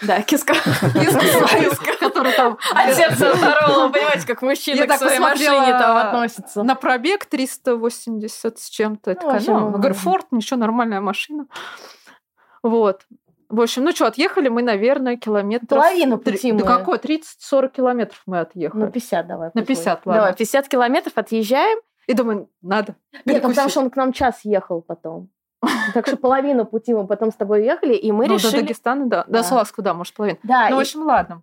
A: Да, киска.
B: Киску свою, которую там
A: От сердца А здорового, понимаете, как мужчина
B: Я
A: к
B: так
A: своей
B: посмотрела.
A: машине там относится.
B: на пробег 380 с чем-то. Я
A: Ну,
B: такая,
A: вообще
B: ну,
A: нормально.
B: говорю, Форд, ничего, нормальная машина. Вот. В общем, ну что, отъехали мы, наверное, километров...
A: Половину
B: три-
A: пути
B: Да
A: мы. Ну,
B: какой? 30-40 километров мы отъехали.
A: На 50 давай.
B: На
A: пусть
B: 50,
A: будет.
B: ладно.
A: Давай, 50 километров отъезжаем.
B: И думаю, надо.
A: Нет, ну, потому
B: перекусить.
A: что он к нам час ехал потом. Так что половину пути мы потом с тобой ехали, и мы
B: Ну, до
A: решили...
B: Дагестана, да.
A: Да.
B: До Саласка, да, может, половина.
A: Да,
B: ну, в
A: и-
B: общем, ладно.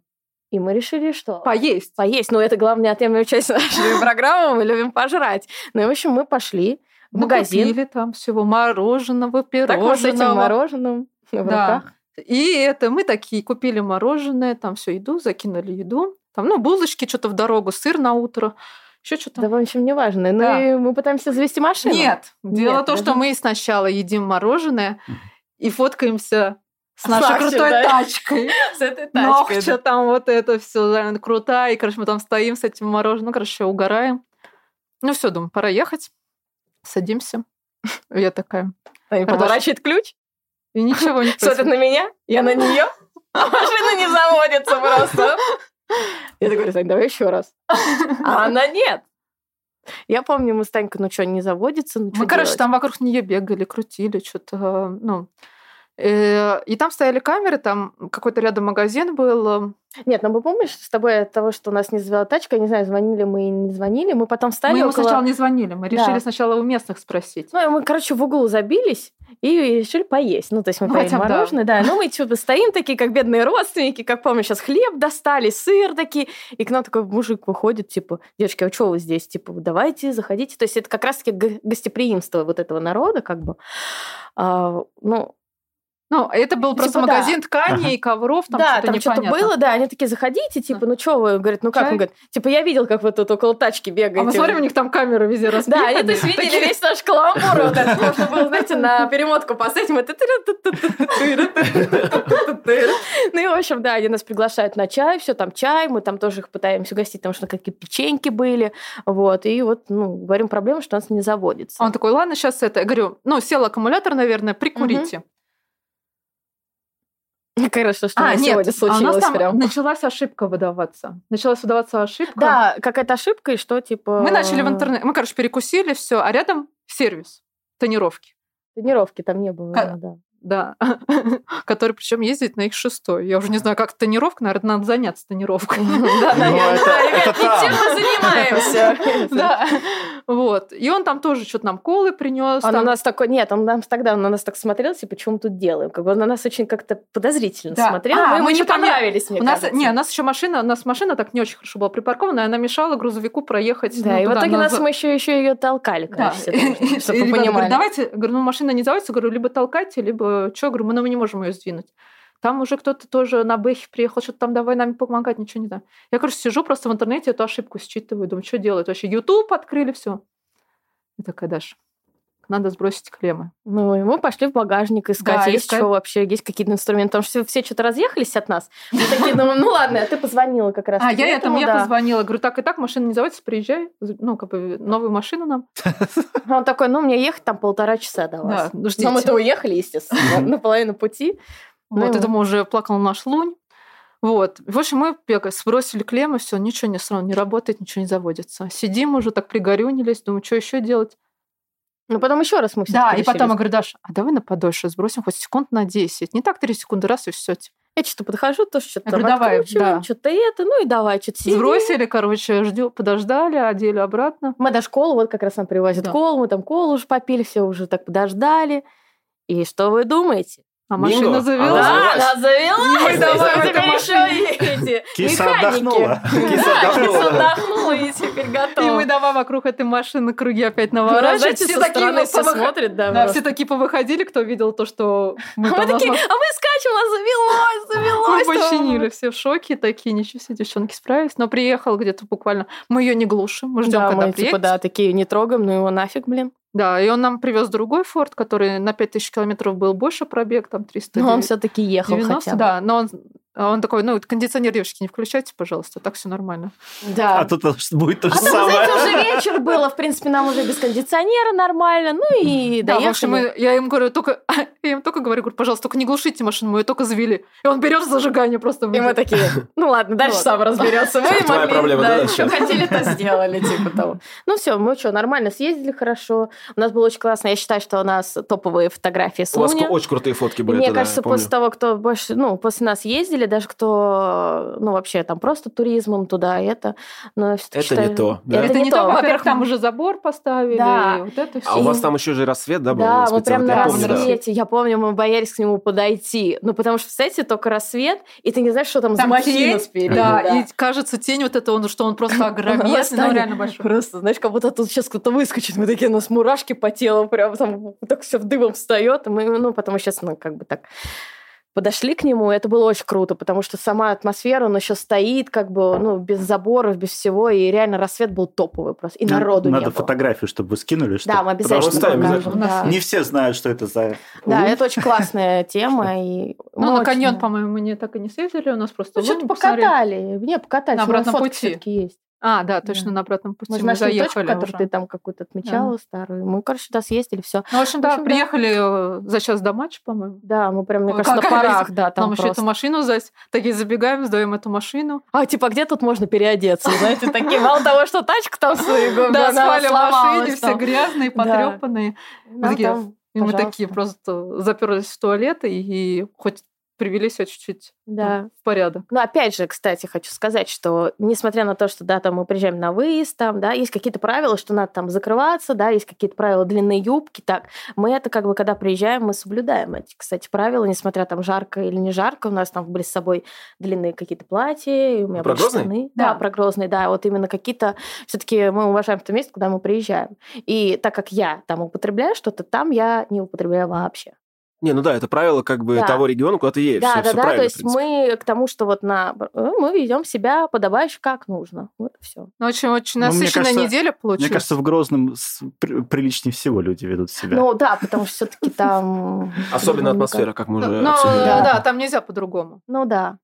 A: и мы решили, что...
B: Поесть.
A: Поесть, ну это главная отъемлемая часть нашей программы, мы любим пожрать. Ну и в общем мы пошли в магазин,
B: Накупили там всего мороженого,
A: так вот с этим
B: пирожного.
A: мороженым в
B: Да.
A: руках.
B: И это мы такие купили мороженое, там всю еду, закинули еду. Там, ну, булочки что-то в дорогу, сыр на утро, еще что-то.
A: Да, в общем, неважно. Ну
B: Да.
A: и мы пытаемся завести машину.
B: Нет, дело
A: Нет,
B: то, что
A: даже-
B: мы сначала едим мороженое и фоткаемся с
A: А С
B: нашей
A: нашей,
B: крутой
A: да.
B: тачкой.
A: С этой
B: Ох,
A: тачкой.
B: что там вот это все крутая. И, короче, мы там стоим с этим мороженым, ну, короче, угораем. Ну все, думаю, пора ехать. Садимся. Я такая.
A: Они
B: Хорошо.
A: Поворачивает ключ,
B: И ничего не
A: смотрит
B: происходит.
A: на меня, я на нее, а машина не заводится просто. Я такой, «Так, давай еще раз. А она нет. Я помню, мы с Танькой, ну что, не заводится, ну что
B: Мы, короче, там вокруг нее бегали, крутили, что-то, ну... э, И там стояли камеры, там какой-то рядом магазин был.
A: Нет, ну мы помнишь, с тобой от того, что у нас не завела тачка, я не знаю, звонили мы и не звонили, мы потом встали
B: Мы ему
A: около-
B: сначала не звонили, мы решили
A: Да.
B: сначала у местных спросить.
A: Ну, и мы, короче, в угол забились и решили поесть. Ну, то есть мы
B: Ну,
A: поели
B: хотя бы да.
A: мороженое, да. Ну, мы что-то стоим такие, как бедные родственники, как помню, сейчас хлеб достали, сыр такие. И к нам такой мужик выходит, типа, девочки, а что вы здесь? Типа, давайте, заходите. То есть это как раз-таки г- гостеприимство вот этого народа, как бы. А, ну,
B: Ну, это был
A: Типа
B: просто
A: да.
B: магазин тканей, ковров, там
A: да,
B: что-то
A: там что-то
B: непонятно.
A: было, да, они такие, заходите, типа, ну что вы, говорит, ну как,
B: Чай?
A: он говорит, типа, я видел, как вы тут около тачки бегаете.
B: А мы смотрим, у них там камеры везде
A: Да,
B: распиханы.
A: они, то есть, видели
B: Такие,
A: весь наш каламбур, вот этот, можно было, знаете, на перемотку поставить, мы ту-ту-ру-ту-ту-ту-ту-ту-ту-ту-ту. Ну и, в общем, да, они нас приглашают на чай, все там чай, мы там тоже их пытаемся угостить, потому что какие печеньки были, вот, и вот, ну, говорим проблему, что у нас не заводится.
B: Он такой, ладно, сейчас это. Я говорю, ну, сел аккумулятор, наверное, прикурите.
A: Конечно, что у нас сегодня
B: а у нас
A: случилось
B: там
A: прям.
B: началась ошибка выдаваться. Началась выдаваться ошибка.
A: Да, какая-то ошибка, и что, типа...
B: Мы начали в интернет. Мы, короче, перекусили, все, а рядом сервис тонировки.
A: Тренировки там не было,
B: Ка-
A: да.
B: Да, который причем ездит на их шестой. Я уже не знаю, как тонировка, наверное, надо заняться тонировкой.
A: Да, наверное,
D: это-
A: да,
D: это
A: ребят, не
D: там.
A: тем мы занимаемся.
B: Да, вот. И он там тоже что-то нам колы принес.
A: Он А на нас такой, нет, он нам тогда он на нас так смотрел, типа, почему мы тут делаем? Как бы он на нас очень как-то подозрительно
B: Да.
A: смотрел,
B: А,
A: мы ему
B: мы
A: не
B: не поня-
A: понравились, мне
B: у нас,
A: кажется.
B: не, у нас еще машина, у нас машина так не очень хорошо была припаркована, и она мешала грузовику проехать.
A: Да,
B: ну,
A: и в
B: туда,
A: итоге
B: на
A: нас
B: за-
A: мы еще, еще ее толкали,
B: Да.
A: короче, все тоже, чтобы
B: И
A: вы
B: ребята говорят,
A: понимали.
B: давайте, говорю, ну машина не заводится, говорю, либо толкайте, либо что, говорю, мы, ну, мы не можем ее сдвинуть. Там уже кто-то тоже на бэхе приехал, что-то там давай нам помогать, ничего не знаю. Я, короче, сижу просто в интернете, эту ошибку считываю, думаю, что делают вообще. YouTube открыли, все. Я такая, Даша, надо сбросить клеммы.
A: Ну, и мы пошли в багажник искать,
B: Да,
A: есть
B: искать.
A: что вообще, есть какие-то инструменты. Потому что все, все что-то разъехались от нас. Мы такие думаем, ну ладно, а ты позвонила как раз.
B: А я этому я
A: да.
B: позвонила, говорю, так и так, машина не заводится, приезжай, ну, как бы, новую машину нам.
A: А Он такой, ну, мне ехать там полтора часа до вас.
B: Да, ну, ждите.
A: Но мы-то уехали, естественно, наполовину пути. Ну,
B: Вот,
A: и
B: я думаю, уже плакал наш лунь. Вот. В общем, мы бегали, сбросили клеммы, все, ничего не сразу не работает, ничего не заводится. Сидим уже, так пригорюнились, думаю, что еще делать?
A: Ну, потом еще раз мы все
B: Да, и потом я говорю, Даша, а давай на подольше сбросим хоть секунд на 10. Не так 3 секунды, раз и типа. все.
A: Я что-то подхожу, то что-то
B: Я
A: там
B: говорю, давай,
A: откручиваю,
B: да.
A: что-то это, ну и давай, что-то сидим.
B: Сбросили, короче, ждем, подождали, одели обратно.
A: Мы даже колу, вот как раз нам привозят
B: Да.
A: колу, мы там колу уже попили, все уже так подождали. И что вы думаете?
B: А
C: Бинго.
B: машина завела.
C: Она завелась.
A: она завелась!
B: Мы давай
A: и
B: в этой
A: теперь еще и эти
D: Киса
A: механики.
D: отдохнула.
C: Киса
A: Да,
C: отдохнула,
A: киса
C: да.
A: отдохнула и теперь готова.
B: И мы давай вокруг этой машины круги опять наворачивать.
A: Все такие
B: ну,
A: на все
B: повых-
A: смотрят, да.
B: Да,
A: просто.
B: все такие повыходили, кто видел то, что мы
A: А
B: там
A: мы такие,
B: на-
A: а мы скачем, она завелась,
B: Мы
A: завелась. там».
B: починили, все в шоке, такие, ничего себе, девчонки справились. Но приехал где-то буквально, мы ее не глушим, мы ждем,
A: Да,
B: когда
A: мы
B: приедет.
A: типа, да, такие не трогаем, ну его нафиг, блин.
B: Да, и он нам привез другой форт, который на 5000 километров был больше пробег, там 300.
A: Но он все-таки ехал
B: 90,
A: хотя бы.
B: да, но он, а он такой, ну, кондиционер, девочки, не включайте, пожалуйста, так все нормально.
A: да.
D: А тут будет то
A: А
D: же
A: там, знаете,
D: самое.
A: уже вечер было, в принципе, нам уже без кондиционера нормально, ну и
B: Да, в общем,
A: доехали.
B: мы- я им говорю, только, я им только говорю, говорю, пожалуйста, только не глушите машину, мы ее только завели. И он берет зажигание просто.
A: И мы
B: выйдет.
A: такие, ну ладно, дальше
B: Вот.
A: сам разберется. Мы
C: Твоя
A: могли,
C: проблема, да,
A: что
C: сейчас.
A: хотели, то сделали, типа того. Ну все, мы что, нормально съездили хорошо. У нас было очень классно. Я считаю, что у нас топовые фотографии с
C: У вас
A: Луни.
C: очень крутые фотки были.
A: Мне
C: тогда,
A: кажется,
C: я помню.
A: после того, кто больше, ну, после нас ездили, даже кто, ну, вообще там просто туризмом туда, это, но я всё-таки
C: Это
A: считаю-
C: не то. да.
A: это
B: Это
A: не
B: не,
A: то.
B: то, во-первых,
A: Во-первых,
B: там
A: мы-
B: уже забор поставили,
A: Да.
B: и вот это все.
C: А у вас там еще же рассвет, да, был?
A: Да, мы прям
C: специально?
A: на
C: Я помню, да.
A: рассвете. Я помню, мы боялись к нему подойти. Ну, потому что, представляете, только рассвет, и ты не знаешь, что там, за
B: Там
A: махина
B: тень,
A: спереди.
B: Да, и кажется, тень вот это, он, что он просто огроменный, но
A: Восстание.
B: он реально большой.
A: Просто, знаешь, как будто тут сейчас кто-то выскочит. Мы такие, у нас мурашки по телу, прям там так все в дымом встает. И мы, ну, потом, естественно, как бы так подошли к нему, и это было очень круто, потому что сама атмосфера, он еще стоит, как бы, ну, без заборов, без всего, и реально рассвет был топовый просто, и народу
D: Надо
A: не было.
D: фотографию, чтобы вы скинули. чтобы-
A: Да, мы
D: потому
A: обязательно
C: что
A: покажем.
C: обязательно.
B: У нас
A: Да.
D: Не все знают, что это за...
A: Да,
D: лук.
A: это очень классная тема. И
B: Ну,
A: мы
B: на каньон,
A: очень-
B: по-моему, мы не так и не съездили, у нас просто
A: Ну, что-то
B: лунь посмотрели.
A: покатали. Не, покатали.
B: На
A: у нас
B: обратном
A: фотки
B: пути.
A: всё-таки есть.
B: А, да, точно,
A: Да.
B: на обратном пути
A: Мы
B: мы,
A: же нашли точку,
B: заехали
A: которую
B: уже.
A: ты там какую-то отмечала старую. Мы, короче, туда съездили, все.
B: Ну, в общем,
A: В
B: да,
A: общем, да.
B: приехали э, за час до матча, по-моему.
A: Да, мы прям, мне
B: Ой,
A: кажется, на
B: какая
A: парах,
B: разница?
A: да, там
B: Нам еще эту
A: просто.
B: машину сдать. Такие забегаем, сдаем эту машину.
A: А, типа, где тут можно переодеться? Знаете, такие, мало того, что тачка там свою, г-
B: Да,
A: она
B: спали в машине,
A: сломалась
B: все
A: там.
B: грязные,
A: Да.
B: потрепанные.
A: Нам
B: такие,
A: там,
B: И мы
A: пожалуйста.
B: такие просто заперлись в туалет и и хоть привели себя чуть-чуть
A: Да.
B: ну, в порядок.
A: Ну, опять же, кстати, хочу сказать, что несмотря на то, что, да, там мы приезжаем на выезд, там, да, есть какие-то правила, что надо там закрываться, да, есть какие-то правила длины юбки, так, мы это как бы, когда приезжаем, мы соблюдаем эти, кстати, правила, несмотря там жарко или не жарко, у нас там были с собой длинные какие-то платья, и у меня были
C: Прогрозные?
A: штаны. Да,
B: Да.
A: прогрозные, да, вот именно какие-то, все таки мы уважаем то место, куда мы приезжаем. И так как я там употребляю что-то, там я не употребляю вообще.
C: Не, ну да, это правило как бы
A: Да.
C: того региона, куда ты едешь.
A: Да,
C: Всё-
A: да,
C: всё
A: да.
C: правильно,
A: То
C: в
A: есть
C: принципе.
A: мы к тому, что вот на э, мы ведем себя подобающе как нужно. Вот все.
B: Ну, очень-очень
D: Ну, мне
B: насыщенная
D: кажется-
B: неделя получилась.
D: Мне кажется, в Грозном с- при- приличнее всего люди ведут себя.
A: Ну да, потому что все-таки там. ну,
C: Особенно
A: как-
C: атмосфера, как мы
B: Ну,
C: уже
B: ну,
C: обсудили.
B: да.
A: Да.
B: там нельзя по-другому,
A: Ну да.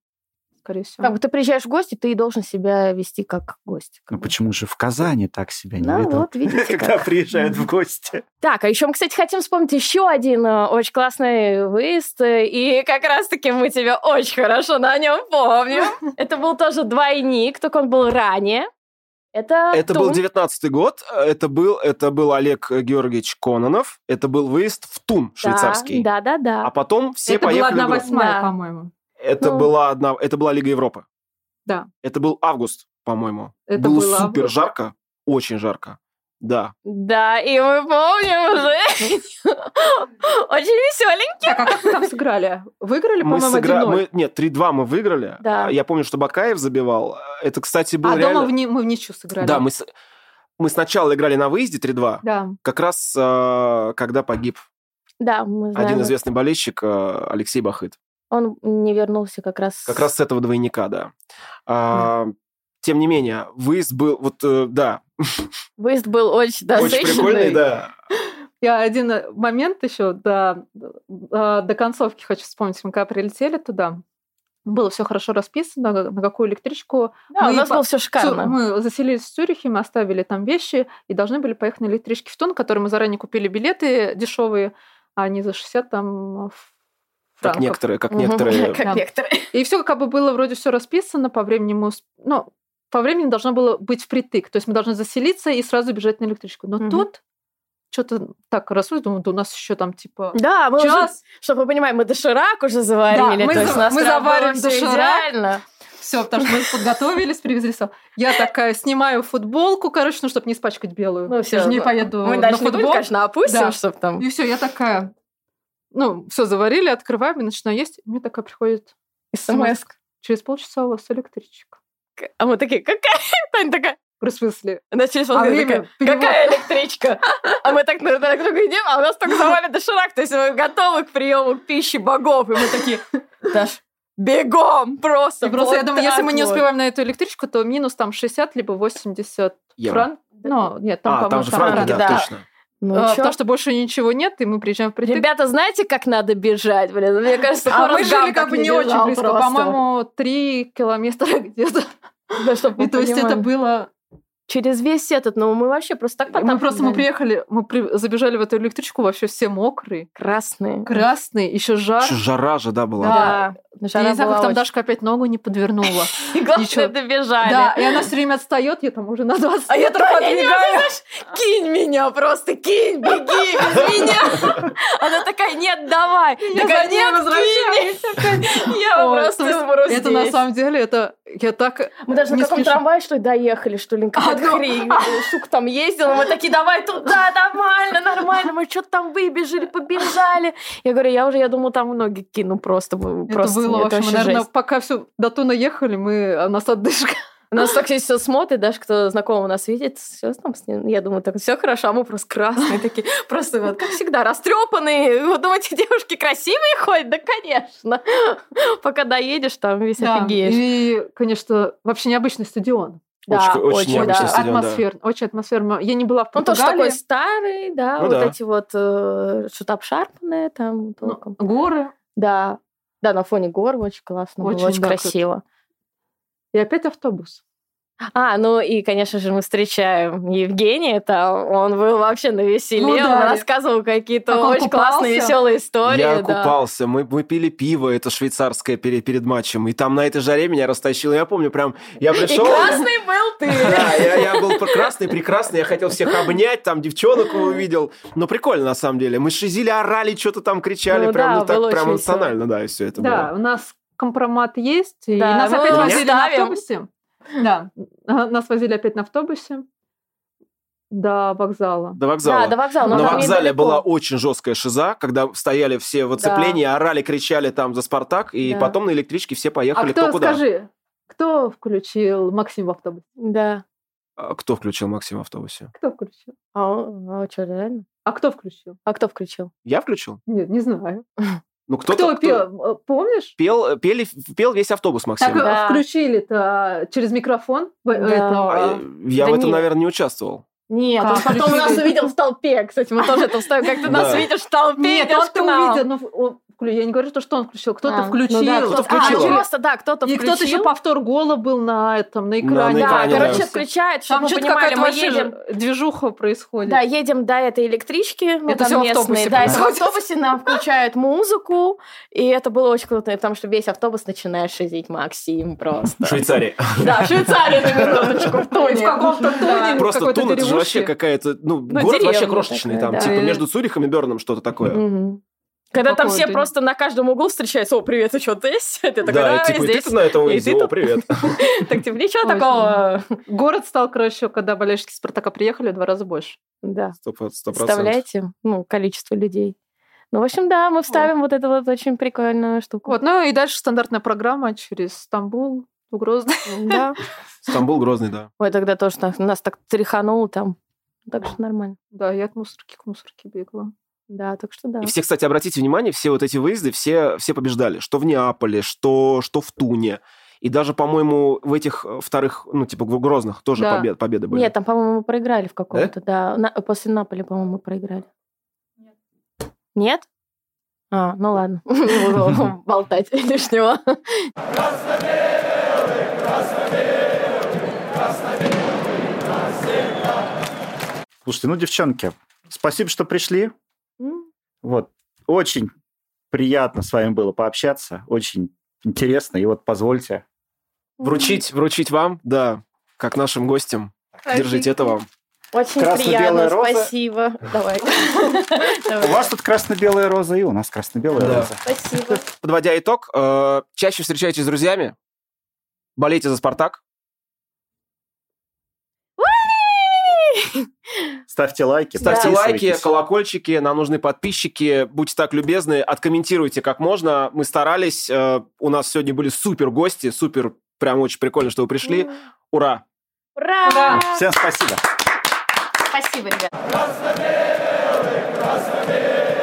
B: скорее всего.
A: Как бы ты приезжаешь в гости, ты и должен себя вести как гость.
D: Ну почему же в Казани так себя не
A: Ну
D: ведут?
A: вот, видите
D: Когда
A: как.
D: приезжают в гости.
A: Так, а еще мы, кстати, хотим вспомнить еще один э, очень классный выезд. э, И как раз-таки мы тебя очень хорошо на нем помним. Это был тоже двойник, только он был ранее. Это,
C: Это был
A: Тун.
C: 19 год, это был, это был Олег Георгиевич Кононов, это был выезд в Тун швейцарский.
A: Да, да, да.
C: А потом все
B: это была
C: поехали
B: одна
C: в Гро-
B: восьмая,
A: Да.
B: по-моему.
C: Это,
A: Ну.
C: была одна, это была Лига Европы.
B: Да.
C: Это был август, по-моему.
B: Это
C: было
B: было
C: супер
B: август.
C: жарко, очень жарко. Да.
A: Да, и мы помним уже. Очень веселенький.
B: Так, а как вы там сыграли? Выиграли,
C: Мы
B: по-моему,
C: сыгра-
B: 1-0.
C: мы- Нет, 3-2 мы выиграли. А,
A: Да.
C: Я помню, что Бакаев забивал. Это, кстати, был
B: А
C: реально...
B: дома в ни- мы в ничью сыграли.
C: Да, мы, с- мы сначала играли на выезде 3-2,
B: Да.
C: как раз э, когда погиб
A: Да, мы знаем.
B: ну.
C: один известный болельщик э, Алексей Бахыт.
A: Он не вернулся как раз.
C: Как раз с этого двойника, да. А, Тем не менее, выезд был, вот, э, да,
A: Выезд был очень, да,
C: очень
A: насыщенный.
C: прикольный, да.
B: Я один э, момент еще до, э, до концовки хочу вспомнить. Мы когда прилетели туда, было все хорошо расписано, на какую электричку.
A: Да, у
B: Мы
A: нас
B: по-
A: было все
B: Всё,
A: шикарно.
B: Мы заселились в Цюрихе, мы оставили там вещи и должны были поехать на электричке в Тон, который мы заранее купили билеты дешевые, а они за 60 там ф-
C: Как
B: франков.
C: некоторые, как
A: Мгм.
C: некоторые.
B: Да.
A: Как некоторые.
B: И все как бы было вроде все расписано, по времени мы... усп- Ну, по времени должно было быть впритык. То есть мы должны заселиться и сразу бежать на электричку. Но
A: Мгм.
B: тут что-то так рассудил, думаю, да у нас еще там типа...
A: Да, мы уже,
B: Час.
A: чтобы вы понимали, мы доширак уже заварили.
B: Да, мы
A: то есть
B: за-
A: у нас
B: мы
A: прям было
B: заварим
A: всё
B: доширак.
A: идеально.
B: Все, потому что мы подготовились, привезли все. Я такая снимаю футболку, короче, ну, чтобы не испачкать белую.
A: Ну, всё,
B: Я же не
A: ну,
B: поеду
A: Мы
B: на
A: дальше не
B: футбол.
A: будем, конечно, опустим,
B: Да.
A: чтобы там...
B: И все, я такая, ну, все заварили, открываем и начинаю есть. И мне такая приходит смс
A: СМС.
B: Через полчаса у вас электричка.
A: А мы такие, какая? Таня такая,
B: Говорю, в смысле?
A: она через
B: А
A: полгода
B: время
A: такая,
B: перевод-
A: какая электричка? А мы так на друг друга идем, а у нас только завалит доширак, то есть мы готовы к приему пищи богов, и мы такие, Даш, бегом просто.
B: И просто я
A: вот
B: думаю, если
A: так
B: мы не
A: вот.
B: успеваем на эту электричку, то минус там 60 либо 80
C: Евро.
B: франк. Ну, нет, там,
C: а,
B: по-моему,
C: там же франки, да,
A: франки, да.
C: точно.
A: Ну
B: А,
A: чё?
B: потому что больше ничего нет, и мы приезжаем в притык.
A: Ребята, знаете, как надо бежать, блин? Мне кажется,
B: а мы
A: Форрест
B: жили
A: Гамп
B: как
A: так
B: бы не
A: бежал
B: очень близко,
A: просто.
B: по-моему, 3 километра где-то.
A: Да, чтобы
B: И то есть это было...
A: Через весь этот, ну мы вообще просто так потом...
B: Мы просто мы приехали, мы при- забежали в эту электричку, вообще все мокрые,
A: Красные.
B: красные, еще жар.
C: Чё, Жара же, да, была.
A: Да. Жара
B: я не знаю,
A: была
B: как там
A: очень-
B: Дашка опять ногу не подвернула.
A: И главное,
B: Ничего.
A: добежали.
B: Да, и она все время отстает, я там уже на 20
A: А я
B: метров
A: такая,
B: отбегаю.
A: Кинь меня просто, кинь, беги без меня. Она такая, нет, давай.
B: Я
A: Такая,
B: за ней
A: нет,
B: возвращаюсь опять.
A: кинь. Я
B: Ой,
A: просто
B: то есть
A: умру
B: Это на
A: здесь.
B: самом деле, это я так...
A: Мы даже
B: не
A: на каком
B: спешу.
A: трамвае, что ли, доехали, что ли, какая-то
B: ну.
A: хрень. Сука там ездила, мы такие, давай туда, нормально, нормально. Мы что-то там выбежали, побежали. Я говорю, я уже, я думала, там ноги кину просто. мы-
B: Это
A: просто
B: было, в общем,
A: вообще
B: наверное,
A: жесть.
B: пока все до Туна ехали, мы, а у нас отдышка.
A: Нас так все смотрит, даже кто знакомый нас видит, все там с ним. Я думаю, так все хорошо, а мы просто красные такие, просто вот, как всегда, растрепанные. Вы думаете, девушки красивые ходят? Да, конечно. Пока доедешь, там весь офигеешь.
B: И, конечно, вообще необычный стадион.
A: Да,
C: Очень- очень
A: очень,
C: необычный
A: да.
C: стадион, да.
B: Атмосферно, очень атмосферно. Я не была в
A: Ну, тоже
B: Португалии.
A: такой старый, да,
C: Ну
A: вот
C: да.
A: эти вот э, что-то обшарпанное там толком.
B: Ну, горы.
A: Да. Да, на фоне гор очень классно, было, очень,
B: Очень, да,
A: красиво.
B: И опять автобус.
A: А, ну и, конечно же, мы встречаем Евгения, там он был вообще на веселе,
B: Ну да.
A: он рассказывал какие-то
B: Как он
A: очень классные,
B: купался.
A: веселые истории.
C: Я
A: да.
C: купался, мы, мы пили пиво, это швейцарское перед, перед матчем, и там на этой жаре меня растащило. Я помню, прям, я
A: И
C: пришел...
A: классный был ты.
C: Да, я, я был прекрасный, прекрасный, я хотел всех обнять, там девчонок увидел. Но прикольно, на самом деле. Мы шизили, орали, что-то там кричали,
A: Ну
C: прям,
A: да,
C: ну, так,
A: было
C: прям
A: очень
C: эмоционально, да, и все это
B: да,
C: было.
B: у нас компромат есть. и
A: Да,
B: нас
A: мы
B: опять
A: его
B: возили на
A: ставим.
B: автобусе. Да, а, нас возили опять на автобусе до А, вокзала.
C: До вокзала.
A: Да, до вокзала. но
C: На
A: там
C: вокзале
A: недалеко.
C: была очень жесткая шиза, когда стояли все в оцеплении, орали, кричали там за «Спартак», и
A: Да.
C: потом на электричке все поехали
B: а кто,
C: кто куда.
B: скажи, кто включил Максим в автобус?
A: Да.
C: А Кто включил Максим в автобусе?
B: Кто включил?
A: А он, а что, реально?
B: А кто включил?
A: А кто включил?
C: Я включил?
B: Нет, не знаю.
C: Ну,
B: Кто,
C: кто-то... кто-
B: пел? Э, Помнишь?
C: Пел, пели, пел весь автобус Максим.
B: Так э,
A: Да.
B: включили-то а, через микрофон в-
A: Да.
B: этого. э,
C: А, Я
A: э, Да
C: в этом,
A: нет.
C: наверное, не участвовал.
A: Нет,
B: Как
A: он потом
B: включили?
A: нас увидел в толпе, кстати, мы тоже это вставим. Как ты нас
C: Да.
A: видишь в толпе,
B: Нет,
A: идёшь
B: он
A: к
B: ты
A: нам.
B: увидел. ну, он вклю- я не говорю, что, что он включил. Кто-то
A: А, ну
B: включил.
C: да, кто-то
A: А,
C: включил.
A: ну просто, да, кто-то
B: И
A: включил.
B: кто-то еще повтор гола был на этом, на
C: на
B: экране.
A: Да,
C: экране,
A: короче,
C: да.
A: включает, чтобы
B: Там
A: мы
B: что-то
A: понимали,
B: какая-то
A: мы
B: вообще
A: едем.
B: же движуха происходит.
A: Да, едем до этой электрички, мы
B: Это
A: там
B: всё в
A: местные,
B: автобусе
A: да, это в
B: происходит.
A: автобусе нам включают музыку, и это было очень круто, потому что весь автобус начинает шизить Максим просто.
C: Швейцарии.
A: Да, в Швейцарии на минуточку, в Туне.
B: В каком-то Туне.
A: Да.
C: Просто
B: какой-то
C: Тун, это же
B: деревушке.
C: вообще какая-то...
A: Ну,
C: Ну, город вообще
A: деревня
C: крошечный
A: такая,
C: там.
A: да.
C: Типа
B: И-
C: между Цюрихом и Берном что-то такое.
A: Мгм. Когда там
B: Какого
A: все
B: ты-
A: просто на каждом углу встречаются, о, привет, ты что, здесь? Ты такой, да,
C: Да, и типа, и ты
A: здесь.
C: тут на этом
A: И
C: выезде,
A: ты
C: о,
A: тут.
C: привет.
A: Так, типа, ничего
B: Очень.
A: такого.
B: Город стал, короче, когда болельщики Спартака приехали, в два раза больше.
A: Да,
C: Сто про- сто процентов.
A: представляете, ну, количество людей. Ну, в общем, да, мы вставим вот эту вот очень прикольную штуку.
B: Вот, ну и дальше стандартная программа через Стамбул, в Грозный.
A: Да.
C: Стамбул Грозный, да.
A: Ой, тогда тоже нас, нас так тряхануло там. Так что нормально.
B: Да, я от мусорки к мусорке бегала.
A: Да, так что да.
C: И все, кстати, обратите внимание, все вот эти выезды, все, все побеждали. Что в Неаполе, что, что в Туне. И даже, по-моему, в этих э, вторых, ну, типа, в Грозных тоже
B: Да.
C: побед- победы были.
A: Нет, там, по-моему, мы проиграли в каком-то, да. На- после Наполи, по-моему, мы проиграли. Нет? А, ну ладно. Не
B: Ну,
A: буду болтать лишнего.
D: Слушайте, ну, девчонки, спасибо, что пришли.
A: М,
D: Вот. Очень приятно с вами было пообщаться. Очень интересно. И вот позвольте.
C: Вручить, вручить вам, да, как нашим гостям. Держите это вам.
A: Очень
D: Красно-белая
A: приятно,
D: роза.
A: спасибо. Давай.
D: У вас тут красно-белая роза, и у нас красно-белая
C: Да.
D: роза.
A: Спасибо.
C: Подводя итог, э, чаще встречайтесь с друзьями, болейте за «Спартак»,
D: Ставьте лайки.
C: ставьте лайки,
D: подписывайтесь.
C: колокольчики, нам нужны подписчики, будьте так любезны, откомментируйте как можно. Мы старались, э, у нас сегодня были супер гости, супер, прям очень прикольно, что вы пришли. Ура!
A: Ура!
B: Ура!
D: Всем спасибо.
A: Спасибо, ребят.
E: Красно-белый, красно-белый,